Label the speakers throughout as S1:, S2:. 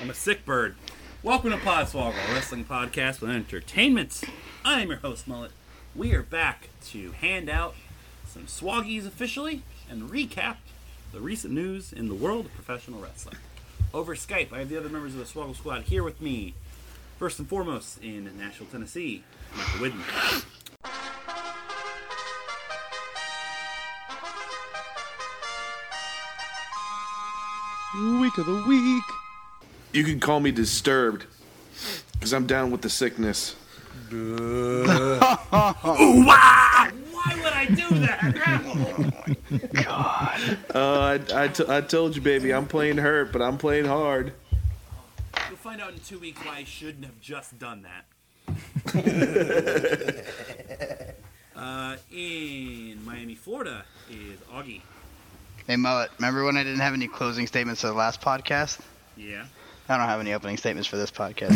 S1: I'm a sick bird. Welcome to Podswoggle, a wrestling podcast with entertainments. I am your host, Mullet. We are back to hand out some swaggies officially and recap the recent news in the world of professional wrestling. Over Skype, I have the other members of the Swoggle Squad here with me. First and foremost, in Nashville, Tennessee, Michael Widman.
S2: Week of the week.
S3: You can call me disturbed because I'm down with the sickness.
S1: Why would I do that?
S3: Uh, I, I, t- I told you, baby, I'm playing hurt, but I'm playing hard.
S1: You'll find out in two weeks why I shouldn't have just done that. uh, in Miami, Florida is Augie.
S4: Hey Mullet, remember when I didn't have any closing statements to the last podcast?
S1: Yeah.
S4: I don't have any opening statements for this podcast.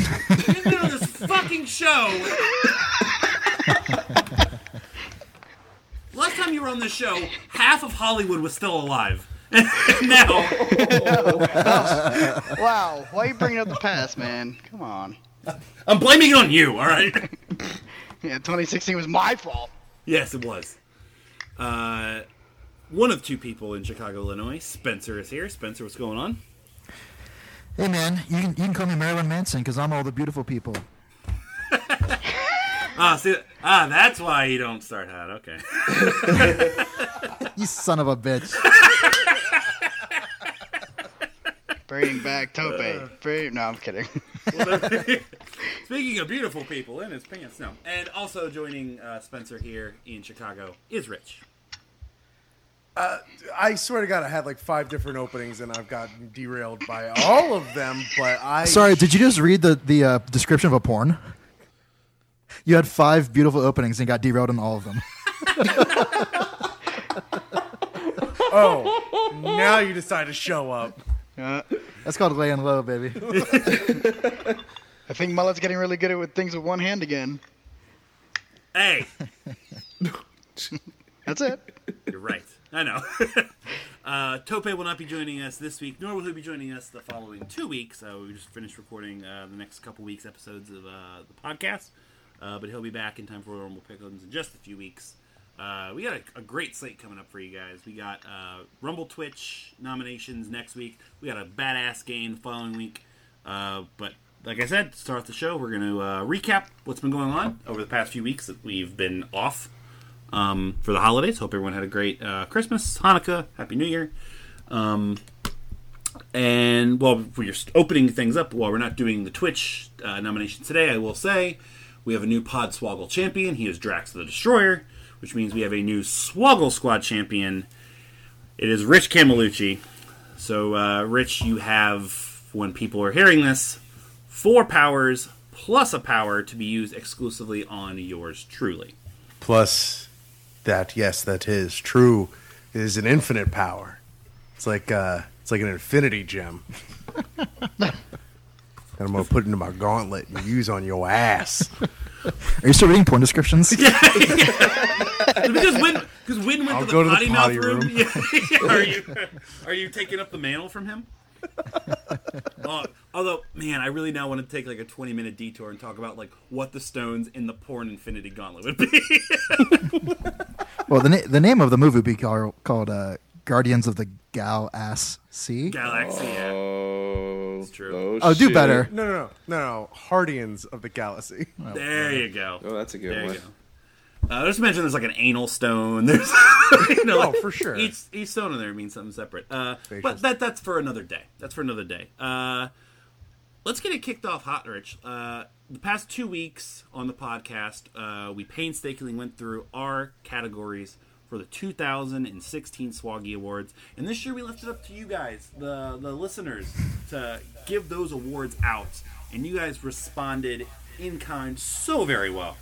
S1: In the middle of this fucking show. Last time you were on this show, half of Hollywood was still alive. And now,
S4: wow, why are you bringing up the past, man? Come on.
S1: I'm blaming it on you, alright?
S4: Yeah, 2016 was my fault.
S1: Yes, it was. Uh, one of two people in Chicago, Illinois. Spencer is here. Spencer, what's going on?
S5: Hey man, you can, you can call me Marilyn Manson because I'm all the beautiful people.
S1: Ah, see, ah, that's why you don't start hot. Okay.
S5: You son of a bitch.
S4: Bringing back Tope. Bring- no, I'm kidding.
S1: Speaking of beautiful people in his pants, no. And also joining uh, Spencer here in Chicago is Rich.
S6: I swear to God, I had like five different openings, and I've gotten derailed by all of them. But I
S5: Sorry, did you just read the the uh, description of a porn? You had five beautiful openings and got derailed in all of them.
S6: oh, now you decide to show up.
S4: Uh,
S5: That's called laying low, baby.
S4: I think Mullet's getting really good at with things with one hand again.
S1: Hey,
S4: That's it.
S1: you're right. I know. uh, Tope will not be joining us this week, nor will he be joining us the following two weeks. So we just finished recording uh, the next couple weeks episodes of uh, the podcast, uh, but he'll be back in time for normal pickums in just a few weeks. Uh, we got a, a great slate coming up for you guys. We got uh, Rumble Twitch nominations next week. We got a badass game the following week. Uh, but like I said, to start off the show, we're going to uh, recap what's been going on over the past few weeks that we've been off um, for the holidays. Hope everyone had a great uh, Christmas, Hanukkah, Happy New Year. Um, and while we're just opening things up, while we're not doing the Twitch uh, nomination today, I will say we have a new Podswoggle champion. He is Drax the Destroyer, which means we have a new Swoggle Squad champion. It is Rich Camelucci. So, uh, Rich, you have, when people are hearing this, four powers plus a power to be used exclusively on yours truly.
S6: Plus, that yes, that is true. Is an infinite power. It's like uh, it's like an infinity gem. that I'm gonna put into my gauntlet and use on your ass.
S5: Are you still reading porn descriptions?
S1: because when because Win went
S6: I'll
S1: to the
S6: go to the
S1: potty mouth
S6: potty
S1: room.
S6: room.
S1: Yeah. are you are you taking up the mantle from him? Uh, although, man, I really now want to take like a twenty minute detour and talk about like what the stones in the porn Infinity Gauntlet would be.
S5: Well, the na- the name of the movie would be called, called uh, Guardians of the Gal Ass Sea.
S1: Galaxy. yeah.
S3: Oh, it's
S1: true.
S5: oh, do better.
S6: No, no, no, no, no. Hardians of the Galaxy.
S1: There you go.
S3: Oh, that's a good
S1: there
S3: one.
S1: you go. Uh, just mention there's like an anal stone. There's you know,
S6: Oh,
S1: like,
S6: for sure.
S1: Each each stone in there means something separate. Uh, but
S6: Facials.
S1: that that's for another day. That's for another day. Uh, let's get it kicked off hot, Rich. Uh, the past two weeks on the podcast, uh, we painstakingly went through our categories for the 2016 Swaggy Awards. And this year we left it up to you guys, the the listeners, to give those awards out. And you guys responded in kind so very well.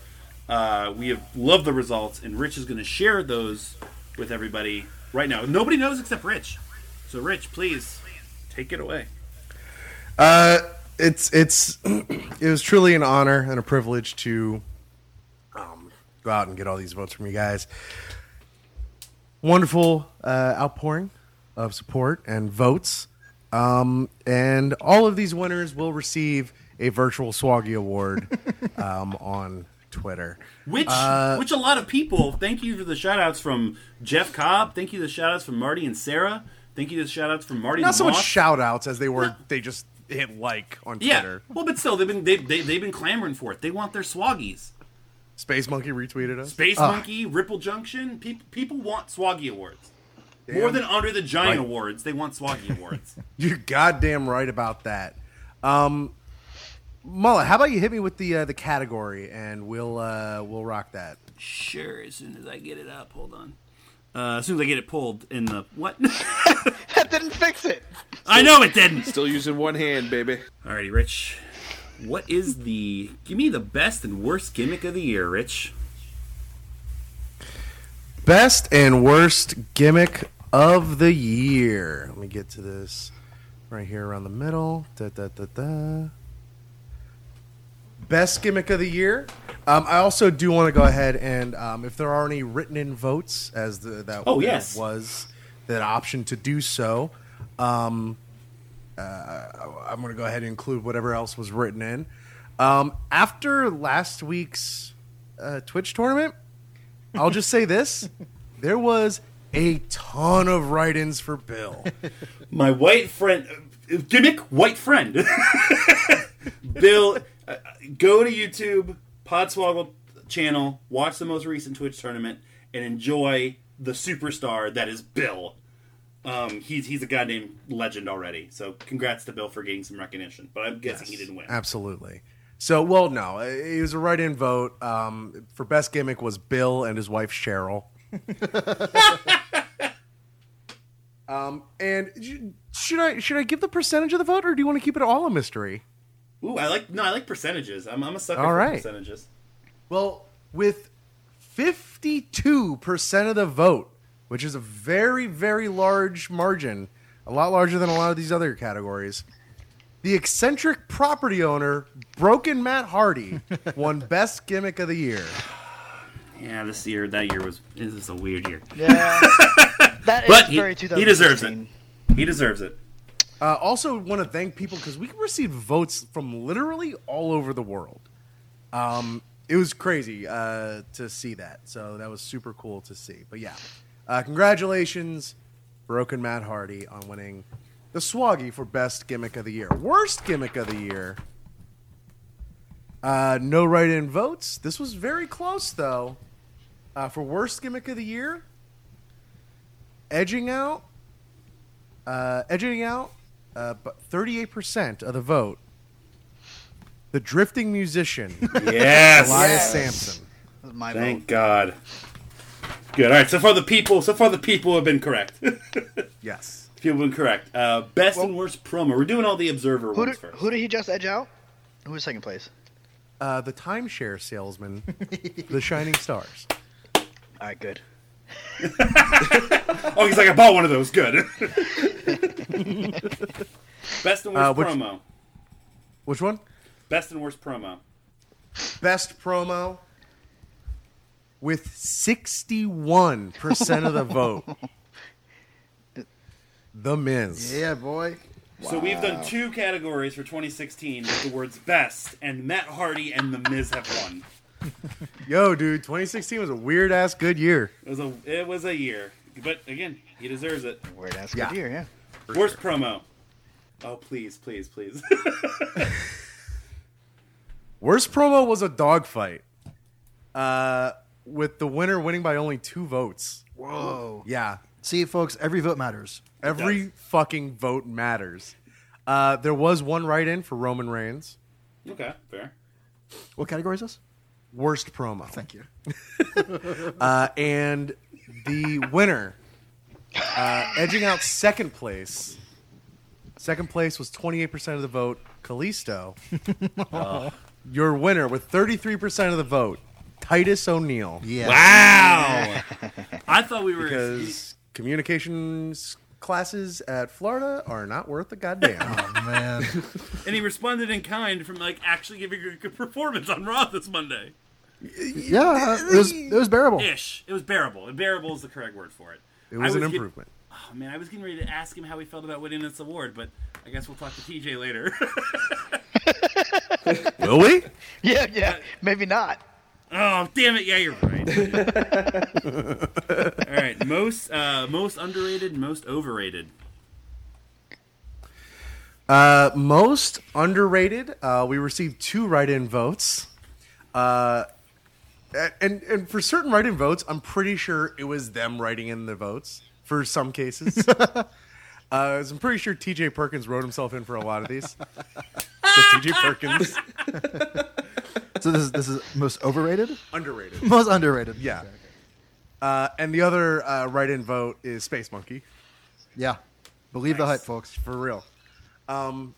S1: Uh, we have loved the results, and Rich is going to share those with everybody right now. Nobody knows except Rich. So, Rich, please take it away.
S6: Uh, it's it's it was truly an honor and a privilege to um, go out and get all these votes from you guys. Wonderful uh, outpouring of support and votes, um, and all of these winners will receive a virtual Swaggy Award um, on Twitter.
S1: Which,
S6: Uh,
S1: which a lot of people. Thank you for the shout outs from Jeff Cobb. Thank you to the shout outs from Marty and Sarah. Thank you to the shout outs from Marty.
S6: Not
S1: and
S6: so much
S1: Moss.
S6: shout outs as they were they just hit like on
S1: Yeah.
S6: Twitter.
S1: Well, but still, they've been they've, they, they've been clamoring for it. They want their swaggies.
S6: Space Monkey retweeted us.
S1: Space Monkey, Ripple Junction. People people want swaggy awards more
S6: Damn
S1: than Under the Giant
S6: right.
S1: awards. They want swaggy awards.
S6: You're goddamn right about that. Um, Mullet, how about you hit me with the uh, the category and we'll uh, we'll rock that.
S1: sure. As soon as I get it up, hold on. Uh, as soon as I get it pulled in the what?
S4: That didn't fix it.
S1: I know it didn't.
S3: Still using one hand, baby.
S1: Alrighty, Rich. What is the? Give me the best and worst gimmick of the year, Rich.
S6: Best and worst gimmick of the year. Let me get to this right here around the middle. Da, da, da, da. Best gimmick of the year. Um, I also do want to go ahead and um, if there are any written in votes, as the, that
S1: Oh, yes.
S6: was that option to do so. Um, uh, I'm going to go ahead and include whatever else was written in. Um, after last week's uh, Twitch tournament, I'll just say this: there was a ton of write-ins for Bill.
S1: My white friend uh, gimmick, white friend. Bill, uh, go to YouTube Podswoggle channel, watch the most recent Twitch tournament, and enjoy the superstar that is Bill. Um, he's he's a goddamn legend already. So congrats to Bill for getting some recognition. But I'm guessing he didn't win.
S6: Absolutely. So, well, no, it was a write-in vote. Um, for best gimmick was Bill and his wife Cheryl. um, and sh- should I should I give the percentage of the vote, or do you want to keep it all a mystery?
S1: Ooh, I like no, I like percentages. I'm, I'm a sucker
S6: All
S1: for
S6: right.
S1: percentages.
S6: Well, with 52% of the vote, which is a very, very large margin, a lot larger than a lot of these other categories, the eccentric property owner, Broken Matt Hardy, won Best Gimmick of the Year.
S1: Yeah, this year that year was this is a weird year.
S4: Yeah. That is
S1: But he-
S4: very
S1: he
S4: 2016.
S1: deserves it. He deserves it.
S6: Uh, also, want to thank people because we received votes from literally all over the world. Um, it was crazy uh, to see that. So that was super cool to see. But yeah, uh, congratulations, Broken Matt Hardy, on winning the Swaggy for Best Gimmick of the Year. Worst Gimmick of the Year. Uh, no write in votes. This was very close, though. Uh, for Worst Gimmick of the Year, edging out uh, edging out uh, but 38% of the vote. The drifting musician,
S1: Yes.
S6: Elias Sampson.
S4: That was my
S1: Thank God. Good. All right. So far, the people. So far, the people have been correct. people
S6: Yes.
S1: have been correct. Uh, best and worst promo. We're doing all the observer
S4: vote. Who
S1: ones
S4: did,
S1: first.
S4: who did he just edge out? Who was second place?
S6: Uh, the timeshare salesman, The Shining Stars.
S4: All right, good.
S1: oh, he's like, I bought one of those. Good. best and worst
S6: Uh, which-
S1: promo.
S6: Which one?
S1: Best and worst promo.
S6: Best promo with 61% of the vote. The Miz.
S5: Yeah, boy.
S1: So we've done two categories for 2016 with the words best, and Matt Hardy and The Miz have won.
S6: Yo, dude, 2016 was a weird ass good year.
S1: It was a it was a year, but again, he deserves it.
S4: Weird ass
S6: Yeah.
S4: good year, yeah.
S1: Worst promo. Oh please, please, please.
S6: Worst promo was a dogfight. Uh, with the winner winning by only two votes.
S4: Whoa.
S6: Yeah.
S5: See, folks, every vote matters.
S6: Every
S1: does.
S6: fucking vote matters. Uh, there was one write in for Roman Reigns.
S1: okay, fair.
S5: What category is this?
S6: Worst promo.
S5: Thank you.
S6: Uh, and the winner, uh, edging out second place. Second place was 28% of the vote, Callisto.
S1: Oh.
S6: Your winner with 33% of the vote, Titus O'Neil.
S5: Yeah.
S1: Wow. I thought we were
S6: Because communications classes at Florida are not worth a goddamn.
S5: Oh, man.
S1: and he responded in kind from like actually giving a good performance on Raw this Monday.
S5: Yeah, uh, it was it was bearable.
S1: Ish. It was bearable. And bearable is the correct word for it.
S6: It was
S1: I
S6: an
S1: get-
S6: improvement.
S1: oh, man, I was getting ready to ask him how he felt about winning this award, but I guess we'll talk to TJ later.
S7: Will we?
S4: Yeah, yeah. Maybe not.
S1: oh, damn it. Yeah, you're right. All right. Most uh, most underrated, most overrated.
S6: Uh, most underrated. Uh, we received two write-in votes. Uh, and and for certain write-in votes, I'm pretty sure it was them writing in the votes for some cases. uh, 'cause I'm pretty sure T.J. Perkins wrote himself in for a lot of these. so T.J. Perkins
S5: So this is this is most overrated,
S6: underrated.
S5: most underrated.
S6: Yeah. Uh, and the other uh, write-in vote is Space Monkey.
S5: yeah. Believe the hype, folks.
S6: for real. Um,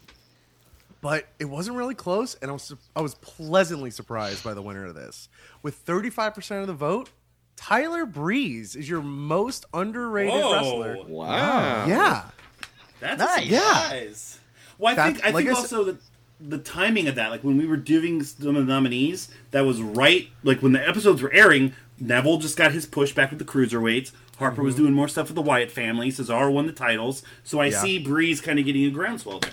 S6: but it wasn't really close, and I was I was pleasantly surprised by the winner of this. With thirty five percent of the vote, Tyler Breeze is your most underrated
S1: Whoa.
S6: wrestler.
S3: Wow.
S6: Yeah,
S1: That's
S4: Nice.
S1: A
S4: Yeah.
S1: surprise. Well, I
S6: That-
S1: think I
S6: like
S1: think
S6: I s-
S1: also that the timing of that, like when we were doing some of the nominees, that was right. Like when the episodes were airing, Neville just got his push back with the cruiserweights. Harper was doing more stuff with the Wyatt family. Cesaro won the titles, so I
S6: Mm-hmm. Yeah.
S1: see Breeze kind of getting a groundswell there.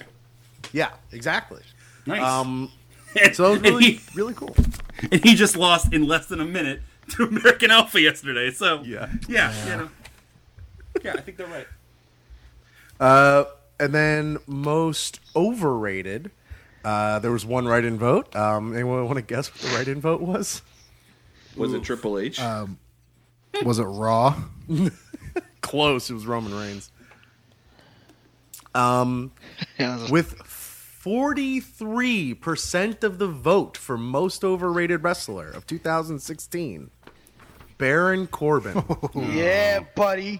S6: yeah, exactly.
S1: Nice.
S6: Um,
S1: and,
S6: so that was
S1: and,
S6: really
S1: he,
S6: really cool.
S1: and he just lost in less than a minute to American Alpha yesterday. So
S6: Yeah.
S1: yeah, you know. yeah. I think they're right.
S6: Uh, and then most overrated, uh, there was one write in vote. Um, anyone want to guess what the write in vote was?
S3: Was it Triple H?
S5: Uh, Was it raw?
S6: Close. It was Roman Reigns.
S4: Yeah, that was-
S6: with 43% of the vote for most overrated wrestler of 2016 baron corbin
S4: yeah, buddy.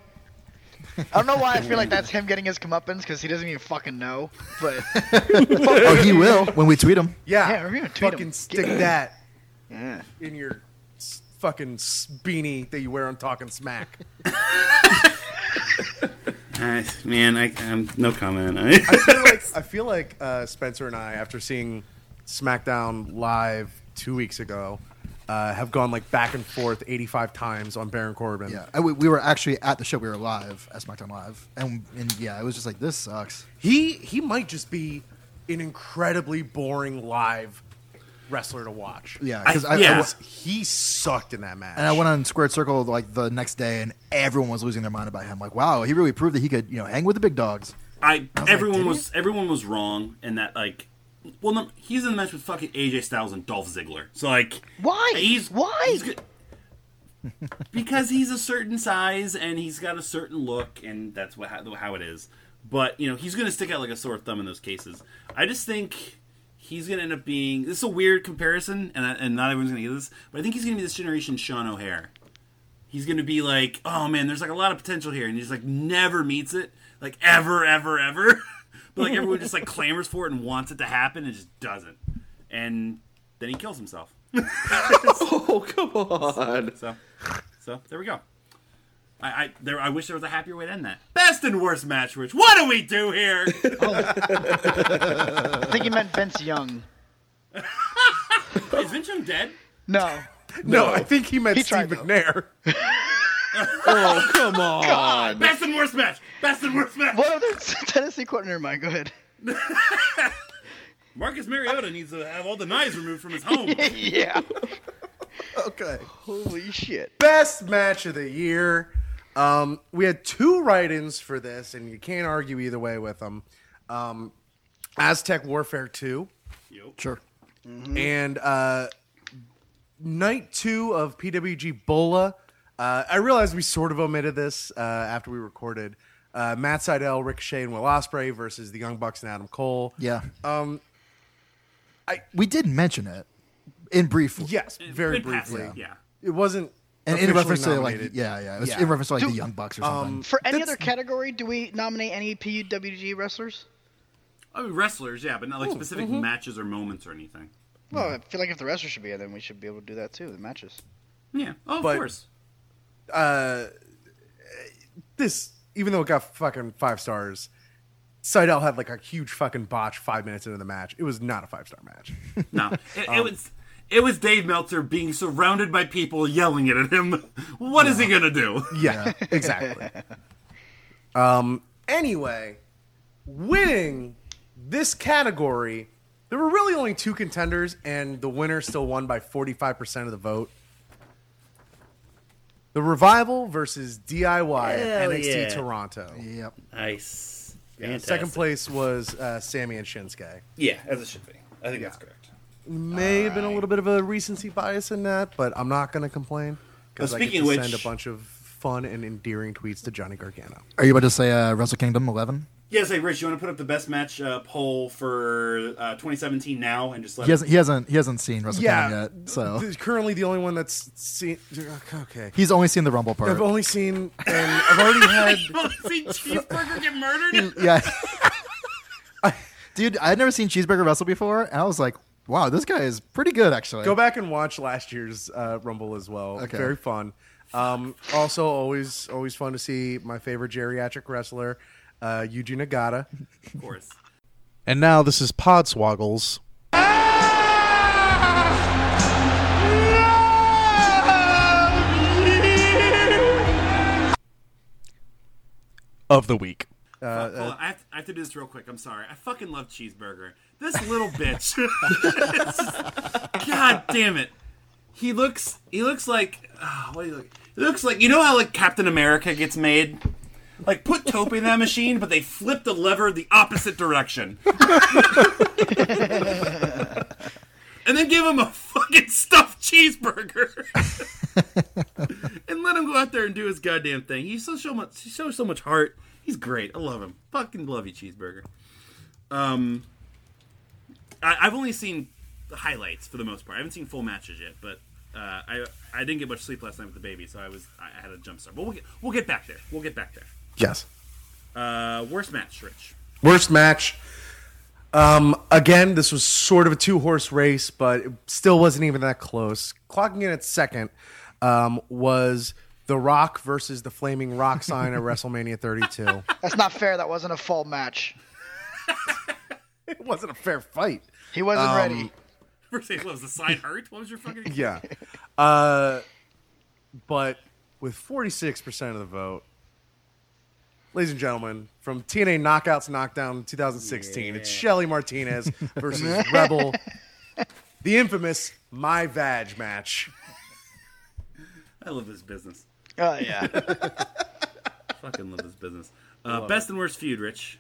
S4: I don't know why I feel like that's him getting his comeuppance because he doesn't even fucking know. But
S5: oh, he will when we tweet him.
S6: yeah,
S4: Yeah, we're gonna tweet
S6: fucking
S4: him.
S6: stick that
S4: yeah.
S6: in your s- fucking s- beanie that you wear on talking smack
S1: Uh, man, I, I'm no comment.
S6: i feel like, I feel like uh, spencer and i after seeing smackdown live two weeks ago uh, have gone like back and forth 85 times on baron corbin
S5: Yeah, I, we, we were actually at the show. We were live at SmackDown Live, and and yeah, it was just like this sucks.
S6: He he might just be an incredibly boring live wrestler to watch.
S5: Yeah, because
S1: I-
S5: I, I,
S1: yeah.
S5: went-
S6: He sucked in that match.
S5: and I went on Squared Circle like the next day, and everyone was losing their mind about him. Like, wow, he really proved that he could you know hang with the big dogs.
S1: I,
S5: was like,
S1: everyone
S5: "Did
S1: was everyone was wrong in that like well no, he's in the match with fucking AJ Styles and Dolph Ziggler. So like
S4: Why?
S1: He's
S4: Why?
S1: he's good- because he's a certain size and he's got a certain look and that's what how, how it is. But you know he's going to stick out like a sore thumb in those cases. I just think he's going to end up being this is a weird comparison and I- and not everyone's going to get this, but I think he's going to be this generation Sean O'Hare he's gonna be like, oh man, there's like a lot of potential here, and he just like never meets it, like ever, ever, ever. but like everyone just like clamors for it and wants it to happen, and just doesn't, and then he kills himself.
S3: oh, come on.
S1: So, so there we go. I, I there I wish there was a happier way to end that. Best and worst match, Rich. What do we do here?
S4: I think he meant Vince Young.
S1: Is Vince Young dead?
S4: No.
S6: no, I think he meant
S4: He
S6: Steve
S4: tried, though.
S6: McNair.
S3: Oh, come on.
S1: Best and worst match. Best and worst match.
S4: What other Tennessee quarter? Never mind. Go ahead.
S1: Marcus Mariota needs to have all the knives removed from his home.
S4: yeah.
S6: okay.
S4: Holy shit.
S6: Best match of the year. Um, we had two write-ins for this, and you can't argue either way with them. Um, Aztec Warfare Two.
S1: Yup.
S5: Sure.
S6: and uh, night two of PWG Bola. Uh, I realized we sort of omitted this uh, after we recorded. Uh, Matt Seidel, Ricochet, and Will Ospreay versus the Young Bucks and Adam Cole.
S5: Yeah,
S6: Um,
S5: we did mention it in brief.
S6: yes, very
S1: In passing,
S6: briefly.
S1: Yeah.
S6: It wasn't
S5: and in
S6: officially
S5: reference to like
S6: nominated.
S5: yeah, yeah, it was
S6: Yeah.
S5: in reference to like the
S4: Dude,
S5: Young Bucks or something.
S6: um,
S4: For any
S6: That's-
S4: other category, do we nominate any PUWG wrestlers?
S1: I mean, wrestlers, yeah, but not like specific
S6: mm-hmm.
S1: matches or moments or anything.
S4: Well, I feel like if the wrestlers should be in, then we should be able to do that too. The matches.
S1: Yeah. Oh, of
S6: But-
S1: course.
S6: this, even though it got fucking five stars, Seidel had like a huge fucking botch five minutes into the match. It was not a five star match.
S1: No, it,
S6: Um,
S1: it was it was Dave Meltzer being surrounded by people yelling it at him. What is he gonna do?
S6: Yeah, exactly. um, anyway, winning this category, there were really only two contenders, and the winner still won by 45% of the vote. The Revival versus DIY at
S1: Hell
S6: NXT
S1: yeah.
S6: Toronto.
S5: yep.
S1: Nice.
S6: Second place was uh, Sammy and Shinsuke.
S1: Yeah, as it should be. I think that's correct.
S6: May have been a little bit of a recency bias in that, but I'm not going to complain because
S1: Well,
S6: I get
S1: speaking
S6: to
S1: of
S6: send
S1: which-
S6: a bunch of fun and endearing tweets to Johnny Gargano.
S5: Are you about to say uh, Wrestle Kingdom 11?
S1: Yeah, say Rich, you want to put up the best match uh, poll for uh, 2017 now and just let
S5: He hasn't. He hasn't. He hasn't seen Wrestle Kingdom yet, so
S6: th- currently the only one that's seen. Okay,
S5: he's only seen the Rumble part.
S6: I've only seen, and I've already had.
S1: see Cheeseburger get murdered?
S5: yeah. Dude, I'd never seen Cheeseburger wrestle before, and I was like, wow, this guy is pretty good, actually.
S6: Go back and watch last year's uh, Rumble as well.
S5: Okay.
S6: Very fun. Um, also, always always fun to see my favorite geriatric wrestler, uh, Yuji Nagata.
S1: of course.
S2: And now this is Podswoggles. Of the week.
S1: Fuck, hold on. I, have to, I have to do this real quick. I'm sorry. I fucking love cheeseburger. This little bitch. It's just- God damn it. He looks. He looks like. ah, what do you look? He looks like. You know how like Captain America gets made. Like put Tope in that machine, but they flip the lever the opposite direction. and then give him a fucking stuffed cheeseburger. and let him go out there and do his goddamn thing. He's so, so much he shows so much heart. He's great. I love him. Fucking love you, cheeseburger. Um, I, I've only seen the highlights for the most part. I haven't seen full matches yet, but uh, I I didn't get much sleep last night with the baby, so I was I had a jump start. But we'll get we'll get back there. We'll get back there.
S6: Yes.
S1: Uh, worst match, Rich.
S6: Worst match. Um, again, this was sort of a two horse race, but it still wasn't even that close. Clocking in at second um, was The Rock versus the Flaming Rock sign at WrestleMania 32.
S4: That's not fair. That wasn't a full match.
S6: it wasn't a fair fight.
S4: He wasn't ready.
S1: First thing was the side hurt. What was your fucking?
S6: Yeah. Uh, but with 46% of the vote, ladies and gentlemen, from TNA Knockouts Knockdown 2016, it's Shelly Martinez versus Rebel, the infamous My Vag match.
S1: I love this business.
S4: Oh yeah.
S1: Fucking love this business. Uh, best and worst feud, Rich.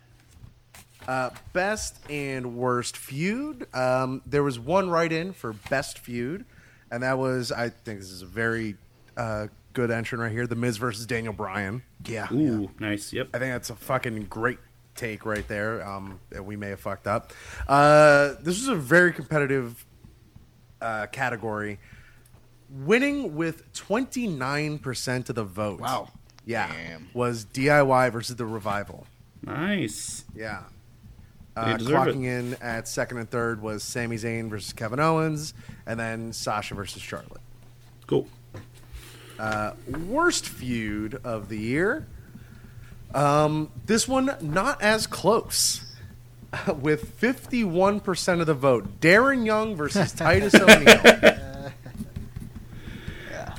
S6: Best and worst feud. Um, there was one write in for best feud, and that was, I think this is a very uh, good entrant right here The Miz versus Daniel Bryan.
S5: yeah.
S1: Ooh, nice. Yep.
S6: I think that's a fucking great take right there. Um, that we may have fucked up. Uh, this was a very competitive uh, category, winning with twenty nine percent of the vote.
S5: Wow.
S6: Yeah,
S4: Damn.
S6: was DIY versus the Revival.
S1: Nice.
S6: Yeah,
S1: They
S6: uh,
S1: deserve it.
S6: clocking in at second and third was Sami Zayn versus Kevin Owens, and then Sasha versus Charlotte.
S1: Cool.
S6: worst feud of the year. Um, this one not as close. With 51% of the vote, Darren Young versus Titus O'Neil.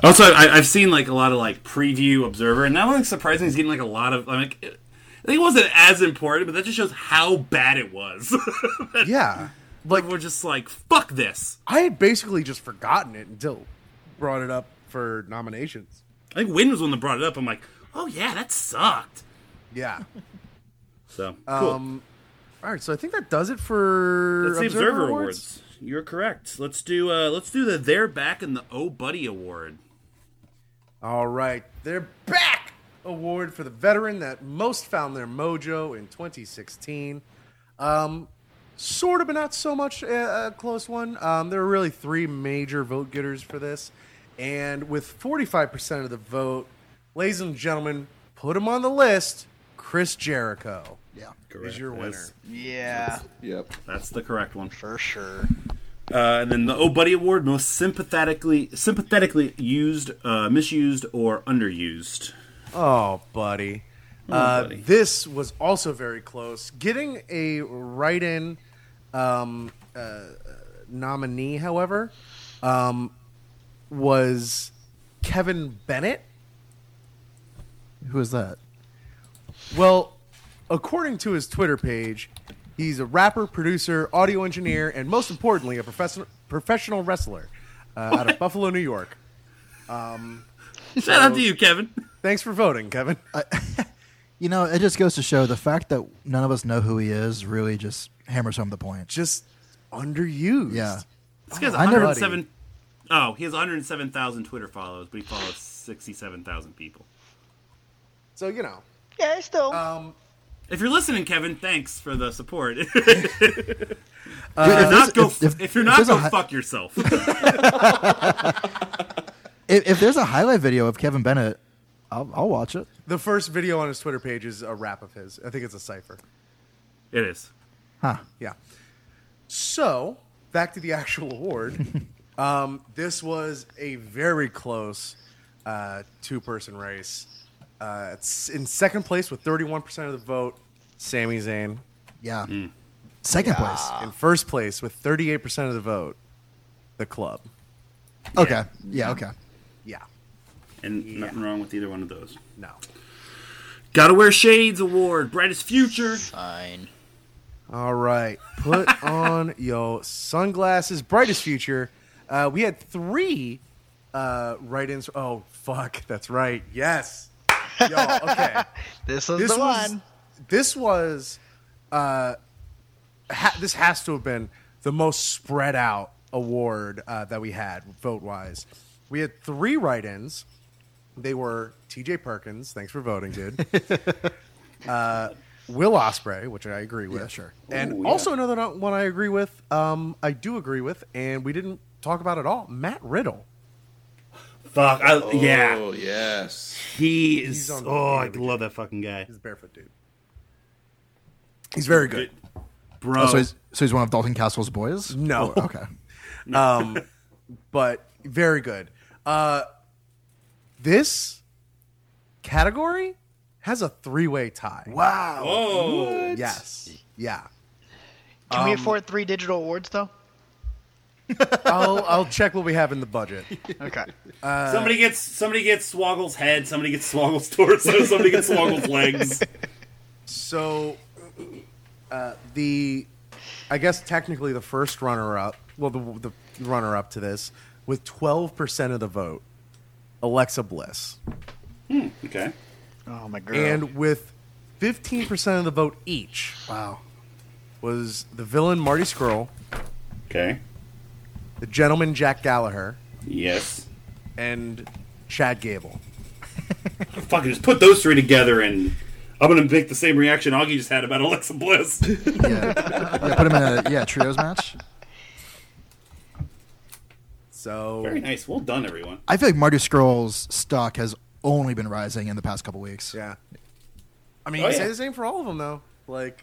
S1: Also, I, I've seen like a lot of like preview observer, and that one like, surprisingly is getting like a lot of like. It, I think it wasn't as important, but that just shows how bad it was.
S6: yeah.
S1: like we're just like fuck this.
S6: I had basically just forgotten it until brought it up for nominations.
S1: I think Win was the one that brought it up. I'm like, oh yeah, that sucked.
S6: Yeah.
S1: So cool.
S6: Um, All right, so I think that does it for
S1: let's see
S6: Observer,
S1: Observer
S6: Awards.
S1: Awards. You're correct. Let's do uh let's do the They're Back and the Oh Buddy Award.
S6: All right, they're back. Award for the veteran that most found their mojo in 2016. Um, sort uh, of, but not so much a, a close one. Um, there were really three major vote getters for this, And with 45% of the vote, ladies and gentlemen, put him on the list. Chris Jericho
S5: Yeah.
S6: is your winner.
S1: That's,
S4: Yeah,
S3: Yep.
S1: that's the correct one.
S4: for sure.
S1: Uh, and then the Oh Buddy Award, most sympathetically sympathetically used, uh, misused, or underused.
S6: Oh, buddy. Uh,
S1: buddy.
S6: This was also very close. Getting a write in um, uh, nominee, however, um, was Kevin Bennett.
S5: Who is that?
S6: Well, according to his Twitter page, he's a rapper, producer, audio engineer, and most importantly, a professional professional wrestler uh, out of Buffalo, New York.
S1: Shout out to you, Kevin.
S6: Thanks for voting, Kevin.
S5: You know, it just goes to show the fact that none of us know who he is really just hammers home the point.
S6: Just underused.
S5: Yeah.
S1: This guy's
S5: I never-
S1: 107. Oh, he has 107,000 Twitter followers, but he follows 67,000 people.
S6: So you know,
S4: Yeah, it's still.
S1: If you're listening, Kevin, thanks for the support. if,
S5: Dude,
S1: you're not,
S5: there's-
S1: go,
S5: Uh, if-
S1: if,
S5: if-
S1: you're
S5: if
S1: not,
S5: there's a
S1: go
S5: hi-
S1: fuck yourself.
S5: If, if there's a highlight video of Kevin Bennett, I'll, I'll watch it.
S6: the first video on his Twitter page is a rap of his. I think it's a cipher.
S1: it is.
S5: Huh.
S6: Yeah. So back to the actual award. um, this was a very close uh, two-person race. Uh, it's in second place with 31% of the vote, Sami Zayn.
S5: Yeah. Second
S6: In first place with 38% of the vote, the club.
S5: place. Okay. Yeah. okay.
S6: Yeah.
S1: And nothing wrong with either one of those.
S6: No.
S1: Gotta Wear Shades Award, Brightest Future.
S4: Fine.
S6: All right. Put on your sunglasses. Brightest future. Uh, we had three uh, write ins. Oh, fuck. That's right. Yes. Yo, okay.
S4: This is
S6: this
S4: the
S6: was,
S4: one.
S6: This was. Uh, ha- this has to have been the most spread out award uh, that we had vote wise. We had three write ins. They were T.J. Perkins. Thanks for voting, dude. uh, Will Osprey, which I agree with, sure, and also another no- one I agree with. Um, I do agree with, and we didn't talk about at all. Matt Riddle.
S1: Fuck. I, yeah.
S3: Oh yes.
S1: He is.
S6: on-
S1: Oh, I love that fucking guy.
S6: He's a barefoot dude. He's very good.
S1: Bro.
S5: Oh, so, he's, so he's one of Dalton Castle's boys?
S6: No.
S5: Oh, okay.
S6: um, but very good. Uh, this category has a three-way tie. Wow.
S1: oh.
S6: Yes. Yeah.
S4: Can we afford three digital awards though?
S6: I'll I'll check what we have in the budget.
S4: Okay.
S1: somebody gets somebody gets Swoggle's head, somebody gets Swoggle's torso, somebody gets Swoggle's legs.
S6: So, uh, the I guess technically the first runner-up, well, the the runner-up to this with twelve percent of the vote, Alexa Bliss,
S1: Okay.
S4: Oh my girl.
S6: and with fifteen percent of the vote each
S5: Wow.
S6: was the villain Marty Skrull,
S1: Okay.
S6: the gentleman Jack Gallagher,
S1: Yes.
S6: and Chad Gable.
S1: Fucking just put those three together and I'm gonna make the same reaction Augie just had about Alexa Bliss.
S5: Yeah. yeah. Put him in a yeah trios match.
S6: So
S1: Very nice. Well done, everyone.
S5: I feel like Marty Scroll's stock has only been rising in the past couple weeks.
S6: yeah, I mean,
S1: Oh,
S6: you can say
S1: yeah.
S6: the same for all of them though. Like,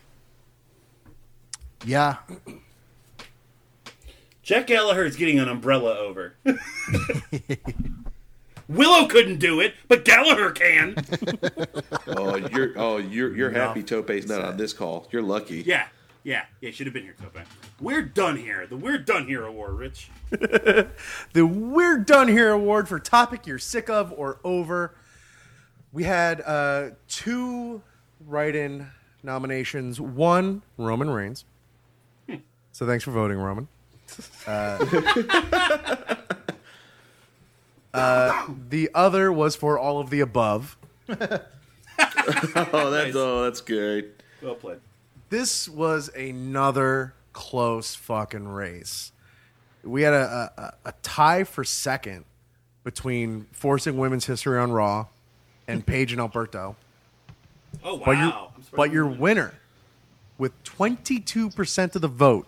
S5: Yeah.
S1: Jack Gallagher's getting an umbrella over. Willow couldn't do it, but Gallagher can.
S3: Oh, you're oh you're you're happy Tope's not on this call. You're lucky.
S1: Yeah, yeah, yeah. Should have been here, Tope. We're done here. The We're Done Here Award, Rich.
S6: the We're Done Here award for topic you're sick of or over. We had uh, two write in nominations one, Roman Reigns. So thanks for voting, Roman. Uh, uh, the other was for all of the above.
S3: Oh, that's oh that's good.
S1: Well played.
S6: this was another close fucking race. We had a, a, a- a tie for second between forcing women's history on Raw and Paige and Alberto.
S1: Oh wow!
S6: But, your-
S1: I'm surprised
S6: but your
S1: you-
S6: winner, with 22% of the vote,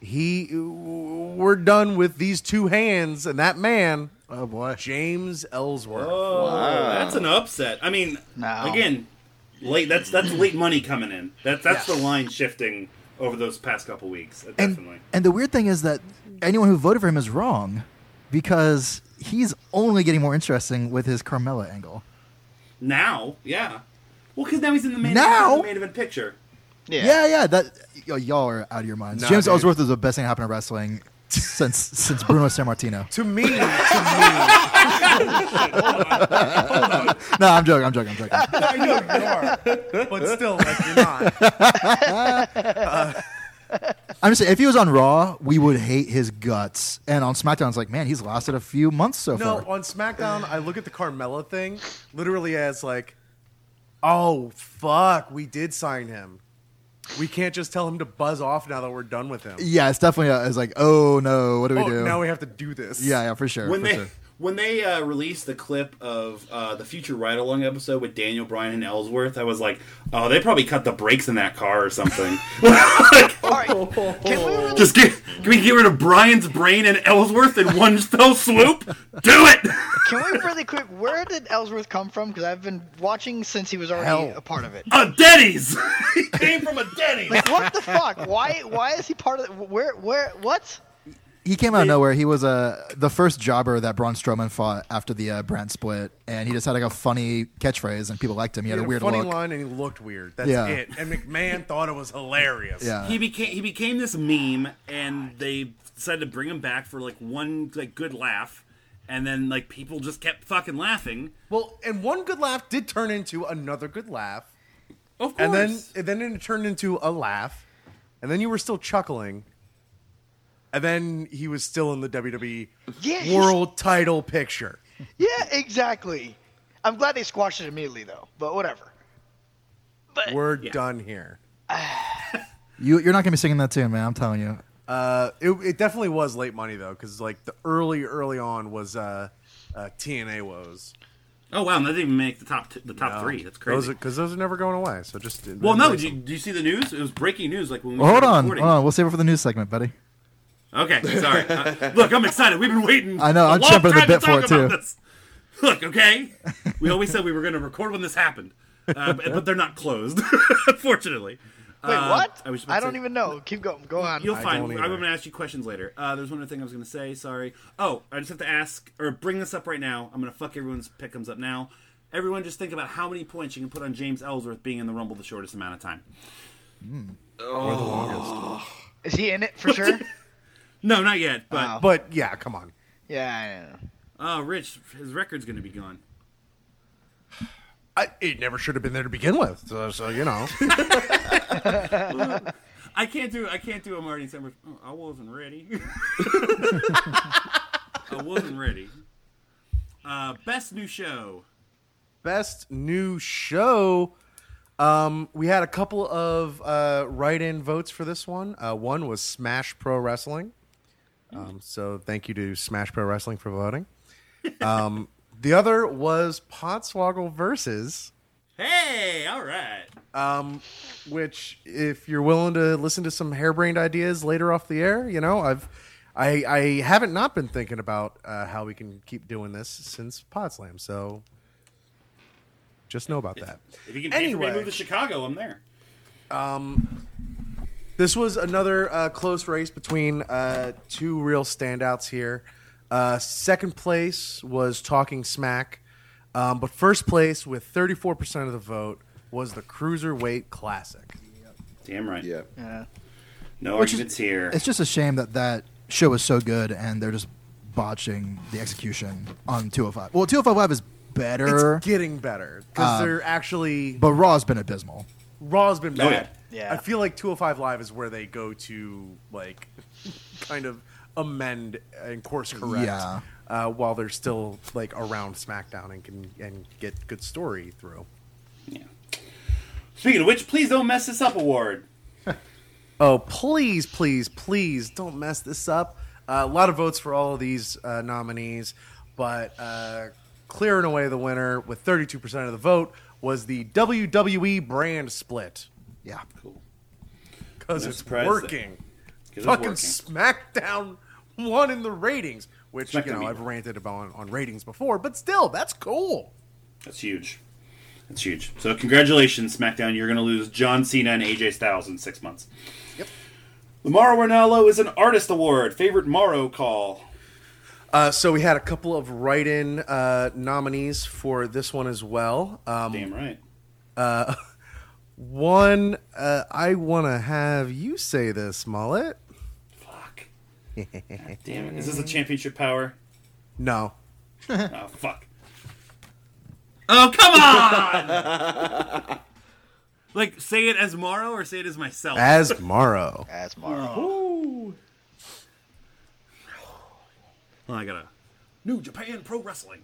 S6: he we're done with these two hands and that man,
S5: Oh boy.
S6: James Ellsworth.
S1: Oh, that's an upset. I mean,
S4: No.
S1: again, late. That's that's late money coming in. That that's the line shifting over those past couple weeks. uh, Definitely.
S5: And, and the weird thing is that anyone who voted for him is wrong because he's only getting more interesting with his Carmella angle.
S1: now, yeah. Well, because now he's in the main
S5: Now?
S1: the main event picture.
S4: Yeah.
S5: Yeah, yeah, that y- y'all are out of your minds.
S6: Nah,
S5: James
S6: dude.
S5: Ellsworth is the best thing that happened in wrestling since since Bruno Sammartino.
S6: To me, to me.
S5: No, I'm joking. I'm joking. I'm joking.
S6: I know you are, but still, like you're not.
S5: I'm just saying, if he was on Raw, we would hate his guts. And on SmackDown, it's like, man, he's lasted a few months so
S6: No,
S5: far.
S6: on SmackDown, I look at the Carmella thing literally as like, oh fuck, we did sign him. We can't just tell him to buzz off now that we're done with him.
S5: Yeah, it's definitely a, it's like, oh no, what do we
S6: oh,
S5: do?
S6: now we have to do this.
S5: yeah, yeah, for sure.
S1: when
S5: for
S1: they
S5: sure.
S1: when they uh, released the clip of uh, the future ride along episode with Daniel Bryan and Ellsworth, I was like, oh, they probably cut the brakes in that car or something.
S4: All right. Can we really
S1: Just get can we get rid of Bryan's brain and Ellsworth in one fell swoop? Do it.
S4: Can we really quick? Where did Ellsworth come from? Because I've been watching since he was already a part of it.
S1: A Denny's. he came from a Denny's.
S4: Like what the fuck? Why? Why is he part of? Where? Where? What?
S5: He came out of nowhere. He was uh, the first jobber that Braun Strowman fought after the uh, Brand split, and he just had like a funny catchphrase, and people liked him. He,
S6: He
S5: had,
S6: had
S5: a weird
S6: funny
S5: look.
S6: line and he looked weird. That's
S5: Yeah.
S6: it. And McMahon thought it was hilarious.
S5: Yeah,
S1: he became he became this meme, and they decided to bring him back for like one like good laugh, and then like people just kept fucking laughing.
S6: Well, and one good laugh did turn into another good laugh,
S1: Of course.
S6: and then and then it turned into a laugh, and then you were still chuckling, and then he was still in the WWE
S4: Yeah, he's-
S6: world title picture.
S4: Yeah, exactly. I'm glad they squashed it immediately though. But whatever. But
S6: We're done here.
S5: you, you're not gonna be singing that tune, man. I'm telling you.
S6: Uh, it, it definitely was late money though, because like the early early on was uh, uh, TNA woes.
S1: oh wow, that didn't even make the top t- the top three. That's crazy.
S6: because those, are never going away. So just
S1: well, no, do you, do you see the news? It was breaking news. Like when we
S5: Well, hold
S1: started
S5: on, hold
S1: recording.
S5: on. We'll save it for the news segment, buddy.
S1: Okay, sorry. Uh, look, I'm excited. We've been waiting.
S5: I know,
S1: a
S5: I'm
S1: long
S5: chomping at the
S1: time to
S5: bit for
S1: talk
S5: it, too.
S1: about this. Look, okay. We always said we were going to record when this happened, uh, but, but they're not closed, unfortunately.
S4: wait,
S1: Uh,
S4: what?
S1: I, was about
S4: I
S1: to-
S4: don't even know. Keep going. Go on.
S1: You'll find.
S6: don't
S1: I'm
S6: either.
S1: going to ask you questions later. Uh, there's one other thing I was going to say. Sorry. Oh, I just have to ask or bring this up right now. I'm going to fuck everyone's pickums up now. Everyone, just think about how many points you can put on James Ellsworth being in the Rumble the shortest amount of time.
S4: Is he in it for sure?
S1: No, not yet. But
S4: Wow.
S6: But yeah, come on.
S4: yeah. I know.
S1: oh, Rich, his record's going to be gone.
S6: I, it never should have been there to begin with. So, so you know.
S1: I can't do I can't do a Marty Summers. Oh, I wasn't ready. I wasn't ready. Uh, best new show.
S6: best new show. Um, we had a couple of uh, write-in votes for this one. Uh, one was Smash Pro Wrestling. Um, so thank you to Smash Pro Wrestling for voting. Um, the other was Potswoggle versus,
S1: Hey, all right.
S6: which if you're willing to listen to some harebrained ideas later off the air, you know I've I, I haven't not been thinking about uh, how we can keep doing this since Potslam. So just know about that.
S1: If you can pay for me to
S6: Anyway.
S1: move to Chicago, I'm there.
S6: This was another uh, close race between uh, two real standouts here. Uh, second place was Talking Smack, um, but first place with 34% of the vote was the Cruiserweight Classic.
S1: Damn right.
S3: Yeah.
S1: No
S5: Which is-
S1: arguments here.
S5: It's just a shame that that show was so good, and they're just botching the execution on 205. Well, 205 Live is better,
S6: It's getting better because they're actually
S5: Um, but Raw's been abysmal.
S6: Raw's been
S1: Oh,
S6: bad.
S4: yeah. Yeah.
S6: I feel like 205 Live is where they go to like kind of amend and course correct
S5: Yeah.
S6: uh, while they're still like around SmackDown and can and get good story through.
S1: Yeah. Speaking of which, please don't mess this up. Award.
S6: Oh, please, please, please don't mess this up. Uh, a lot of votes for all of these uh, nominees, but uh, clearing away the winner with 32% of the vote was the WWE brand split
S5: Yeah,
S1: Cool.
S6: because
S1: No
S6: it's
S1: surprise
S6: working.
S1: It is
S6: fucking
S1: working.
S6: SmackDown won in the ratings, which you
S1: SmackDown
S6: know
S1: beat
S6: I've
S1: it.
S6: ranted about on, on ratings before, but still, that's cool.
S1: That's huge. That's huge. So congratulations, SmackDown. You're going to lose John Cena and AJ Styles in six months. Yep. Lamar Wernallo is an artist award. Favorite Morrow call.
S6: Uh, so we had a couple of write-in uh, nominees for this one as well. Um,
S1: Damn right.
S6: one, uh, I want to have you say this, Mullet.
S1: Fuck. God damn it. Is this a championship power?
S6: No,
S1: Oh fuck. Oh come on! like say it as Morrow or say it as myself.
S6: as Morrow.
S4: That's Marvel.
S1: Well, I gotta. New Japan Pro Wrestling.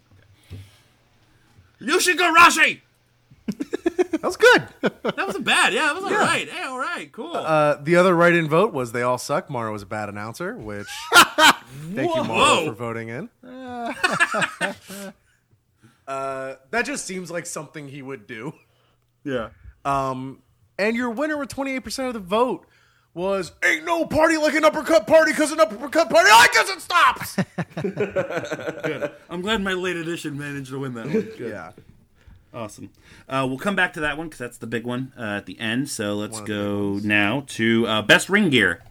S1: Yoshigarashi!
S6: That was good.
S1: That wasn't bad. Yeah, that was alright. Hey, alright, cool.
S6: Uh, the other write-in vote was "They All Suck." Morrow was a bad announcer, which thank you, Morrow,
S1: Whoa.
S6: for voting in. uh, that just seems like something he would do.
S1: yeah.
S6: Um, and your winner with 28% of the vote was Ain't no party like an uppercut party because an uppercut party, I guess it stops.
S1: I'm glad my late edition managed to win that one. Good.
S6: yeah.
S1: Awesome. Uh, we'll come back to that one because that's the big one uh, at the end. So let's go now to uh, Best Ring Gear.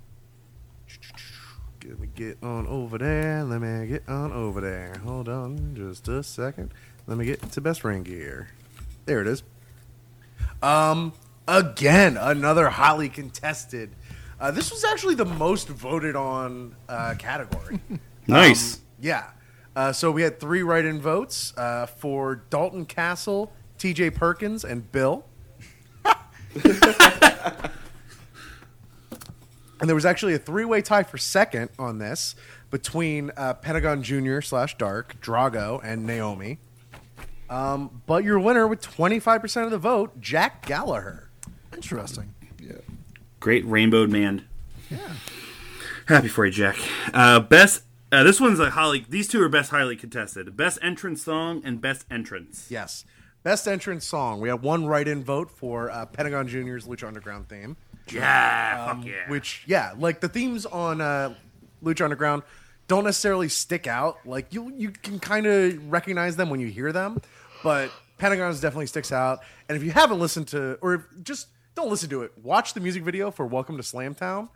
S6: Let me get on over there. Let me get on over there. Hold on just a second. Let me get to best ring gear. There it is. Um, again, another highly contested. Uh, this was actually the most voted on uh, category.
S1: Nice.
S6: Yeah. Uh, so we had three write-in votes uh, for Dalton Castle, T.J. Perkins, and Bill. and there was actually a three-way tie for second on this between uh, Pentagon Junior slash Dark, Drago, and Naomi. Um, but your winner with twenty-five percent of the vote, Jack Gallagher.
S5: Interesting.
S1: Great rainbowed man. Yeah. Happy for you, Jack. Uh, best. Uh, this one's a highly. These two are best highly contested. Best entrance song and best entrance.
S6: Yes. Best entrance song. We had one write-in vote for uh, Pentagon Junior's Lucha Underground theme.
S1: Yeah. fuck yeah.
S6: which yeah like the themes on uh lucha underground don't necessarily stick out like you you can kind of recognize them when you hear them but pentagon's definitely sticks out and if you haven't listened to or if, just don't listen to it watch the music video for welcome to slamtown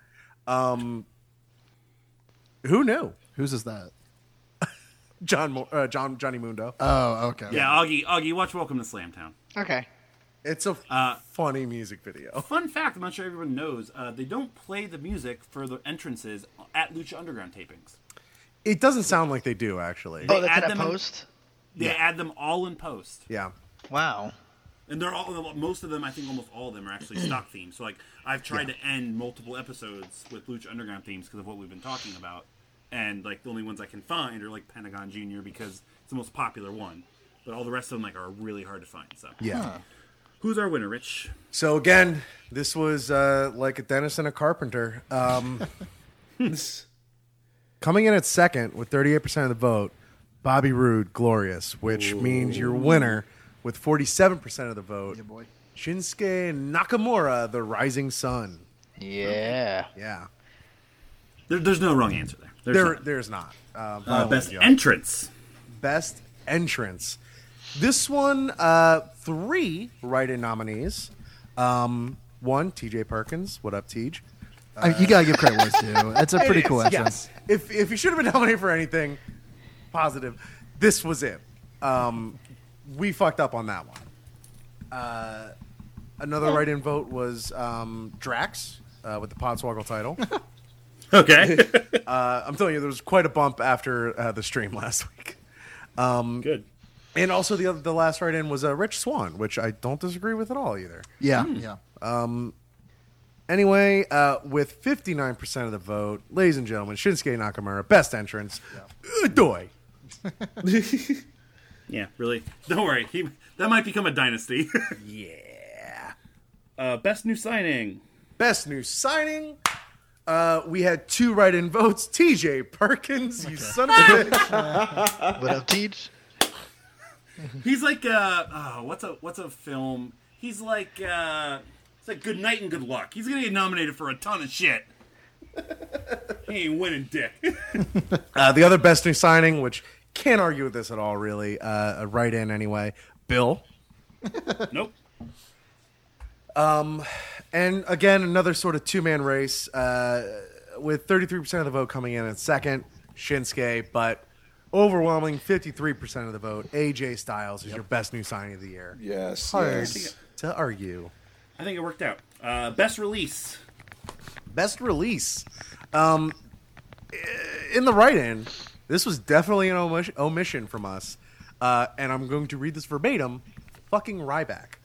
S6: um who knew
S5: Whose is that?
S6: john Mo- uh, john johnny mundo
S5: Oh, okay.
S1: Yeah, Augie. Augie, watch Welcome to Slamtown.
S4: Okay.
S6: it's a funny music video
S1: Fun fact: I'm not sure everyone knows. Uh, they don't play the music for the entrances at Lucha Underground tapings.
S6: it doesn't sound like they do actually
S4: Oh, that's
S1: add
S4: in a
S1: them in-
S4: post.
S1: They add them all in post,
S6: yeah
S4: Wow.
S1: and they're all. Most of them, I think, almost all of them are actually stock themes. So, like, I've tried to end multiple episodes with Lucha Underground themes because of what we've been talking about, and like the only ones I can find are like Pentagon Junior because it's the most popular one. But all the rest of them like are really hard to find. So,
S6: yeah
S1: who's our winner, Rich?
S6: So again, this was uh, like a dentist and a carpenter. Um, coming in at second with 38% of the vote, Bobby Roode, glorious, which means your winner with 47% of the vote,
S5: boy.
S6: Shinsuke Nakamura, the rising sun.
S4: Yeah.
S6: Yeah,
S1: There, there's no wrong answer there. There's
S6: there,
S1: not.
S6: there's not. Uh,
S1: Uh,
S6: final
S1: best
S6: job.
S1: entrance.
S6: best entrance. This one, uh, three write-in nominees. Um, one, T.J. Perkins. What up, T.J.?
S5: I mean, you gotta give credit where it's due. It's a pretty cool entrance.
S6: Yes. If if you should have been nominated for anything positive, this was it. Um, we fucked up on that one. Uh, another write-in vote was um, Drax uh, with the Podswoggle title.
S1: Okay.
S6: Uh, I'm telling you, there was quite a bump after uh, the stream last week.
S1: Good.
S6: And also the other, the last write-in was uh, Rich Swan, which I don't disagree with at all either.
S5: Yeah, yeah.
S6: Anyway, uh, with 59% of the vote, ladies and gentlemen, Shinsuke Nakamura, best entrance. Uh, Doi.
S1: Yeah, really. Don't worry. He, that might become a dynasty.
S6: Yeah.
S1: uh, best new signing.
S6: Best new signing. Uh, we had two write-in votes. TJ Perkins, you son of a bitch.
S4: What up, Teach?
S1: He's like uh, oh, what's a what's a film? He's like uh, it's like Good Night and Good Luck. He's gonna get nominated for a ton of shit. He ain't winning, dick.
S6: Uh, the other best new signing, which can't argue with this at all, really. Uh, right in anyway, Bill.
S1: nope.
S6: And again, another sort of two man race uh, with 33% of the vote coming in at second, Shinsuke, but overwhelming 53% of the vote, AJ Styles is your best new signing of the year.
S3: Yes.
S6: Hard
S3: yes.
S6: to argue.
S1: I think it worked out. Uh, best release.
S6: Best release. Um, in the write in, this was definitely an omis- omission from us. Uh, and I'm going to read this verbatim. Fucking Ryback.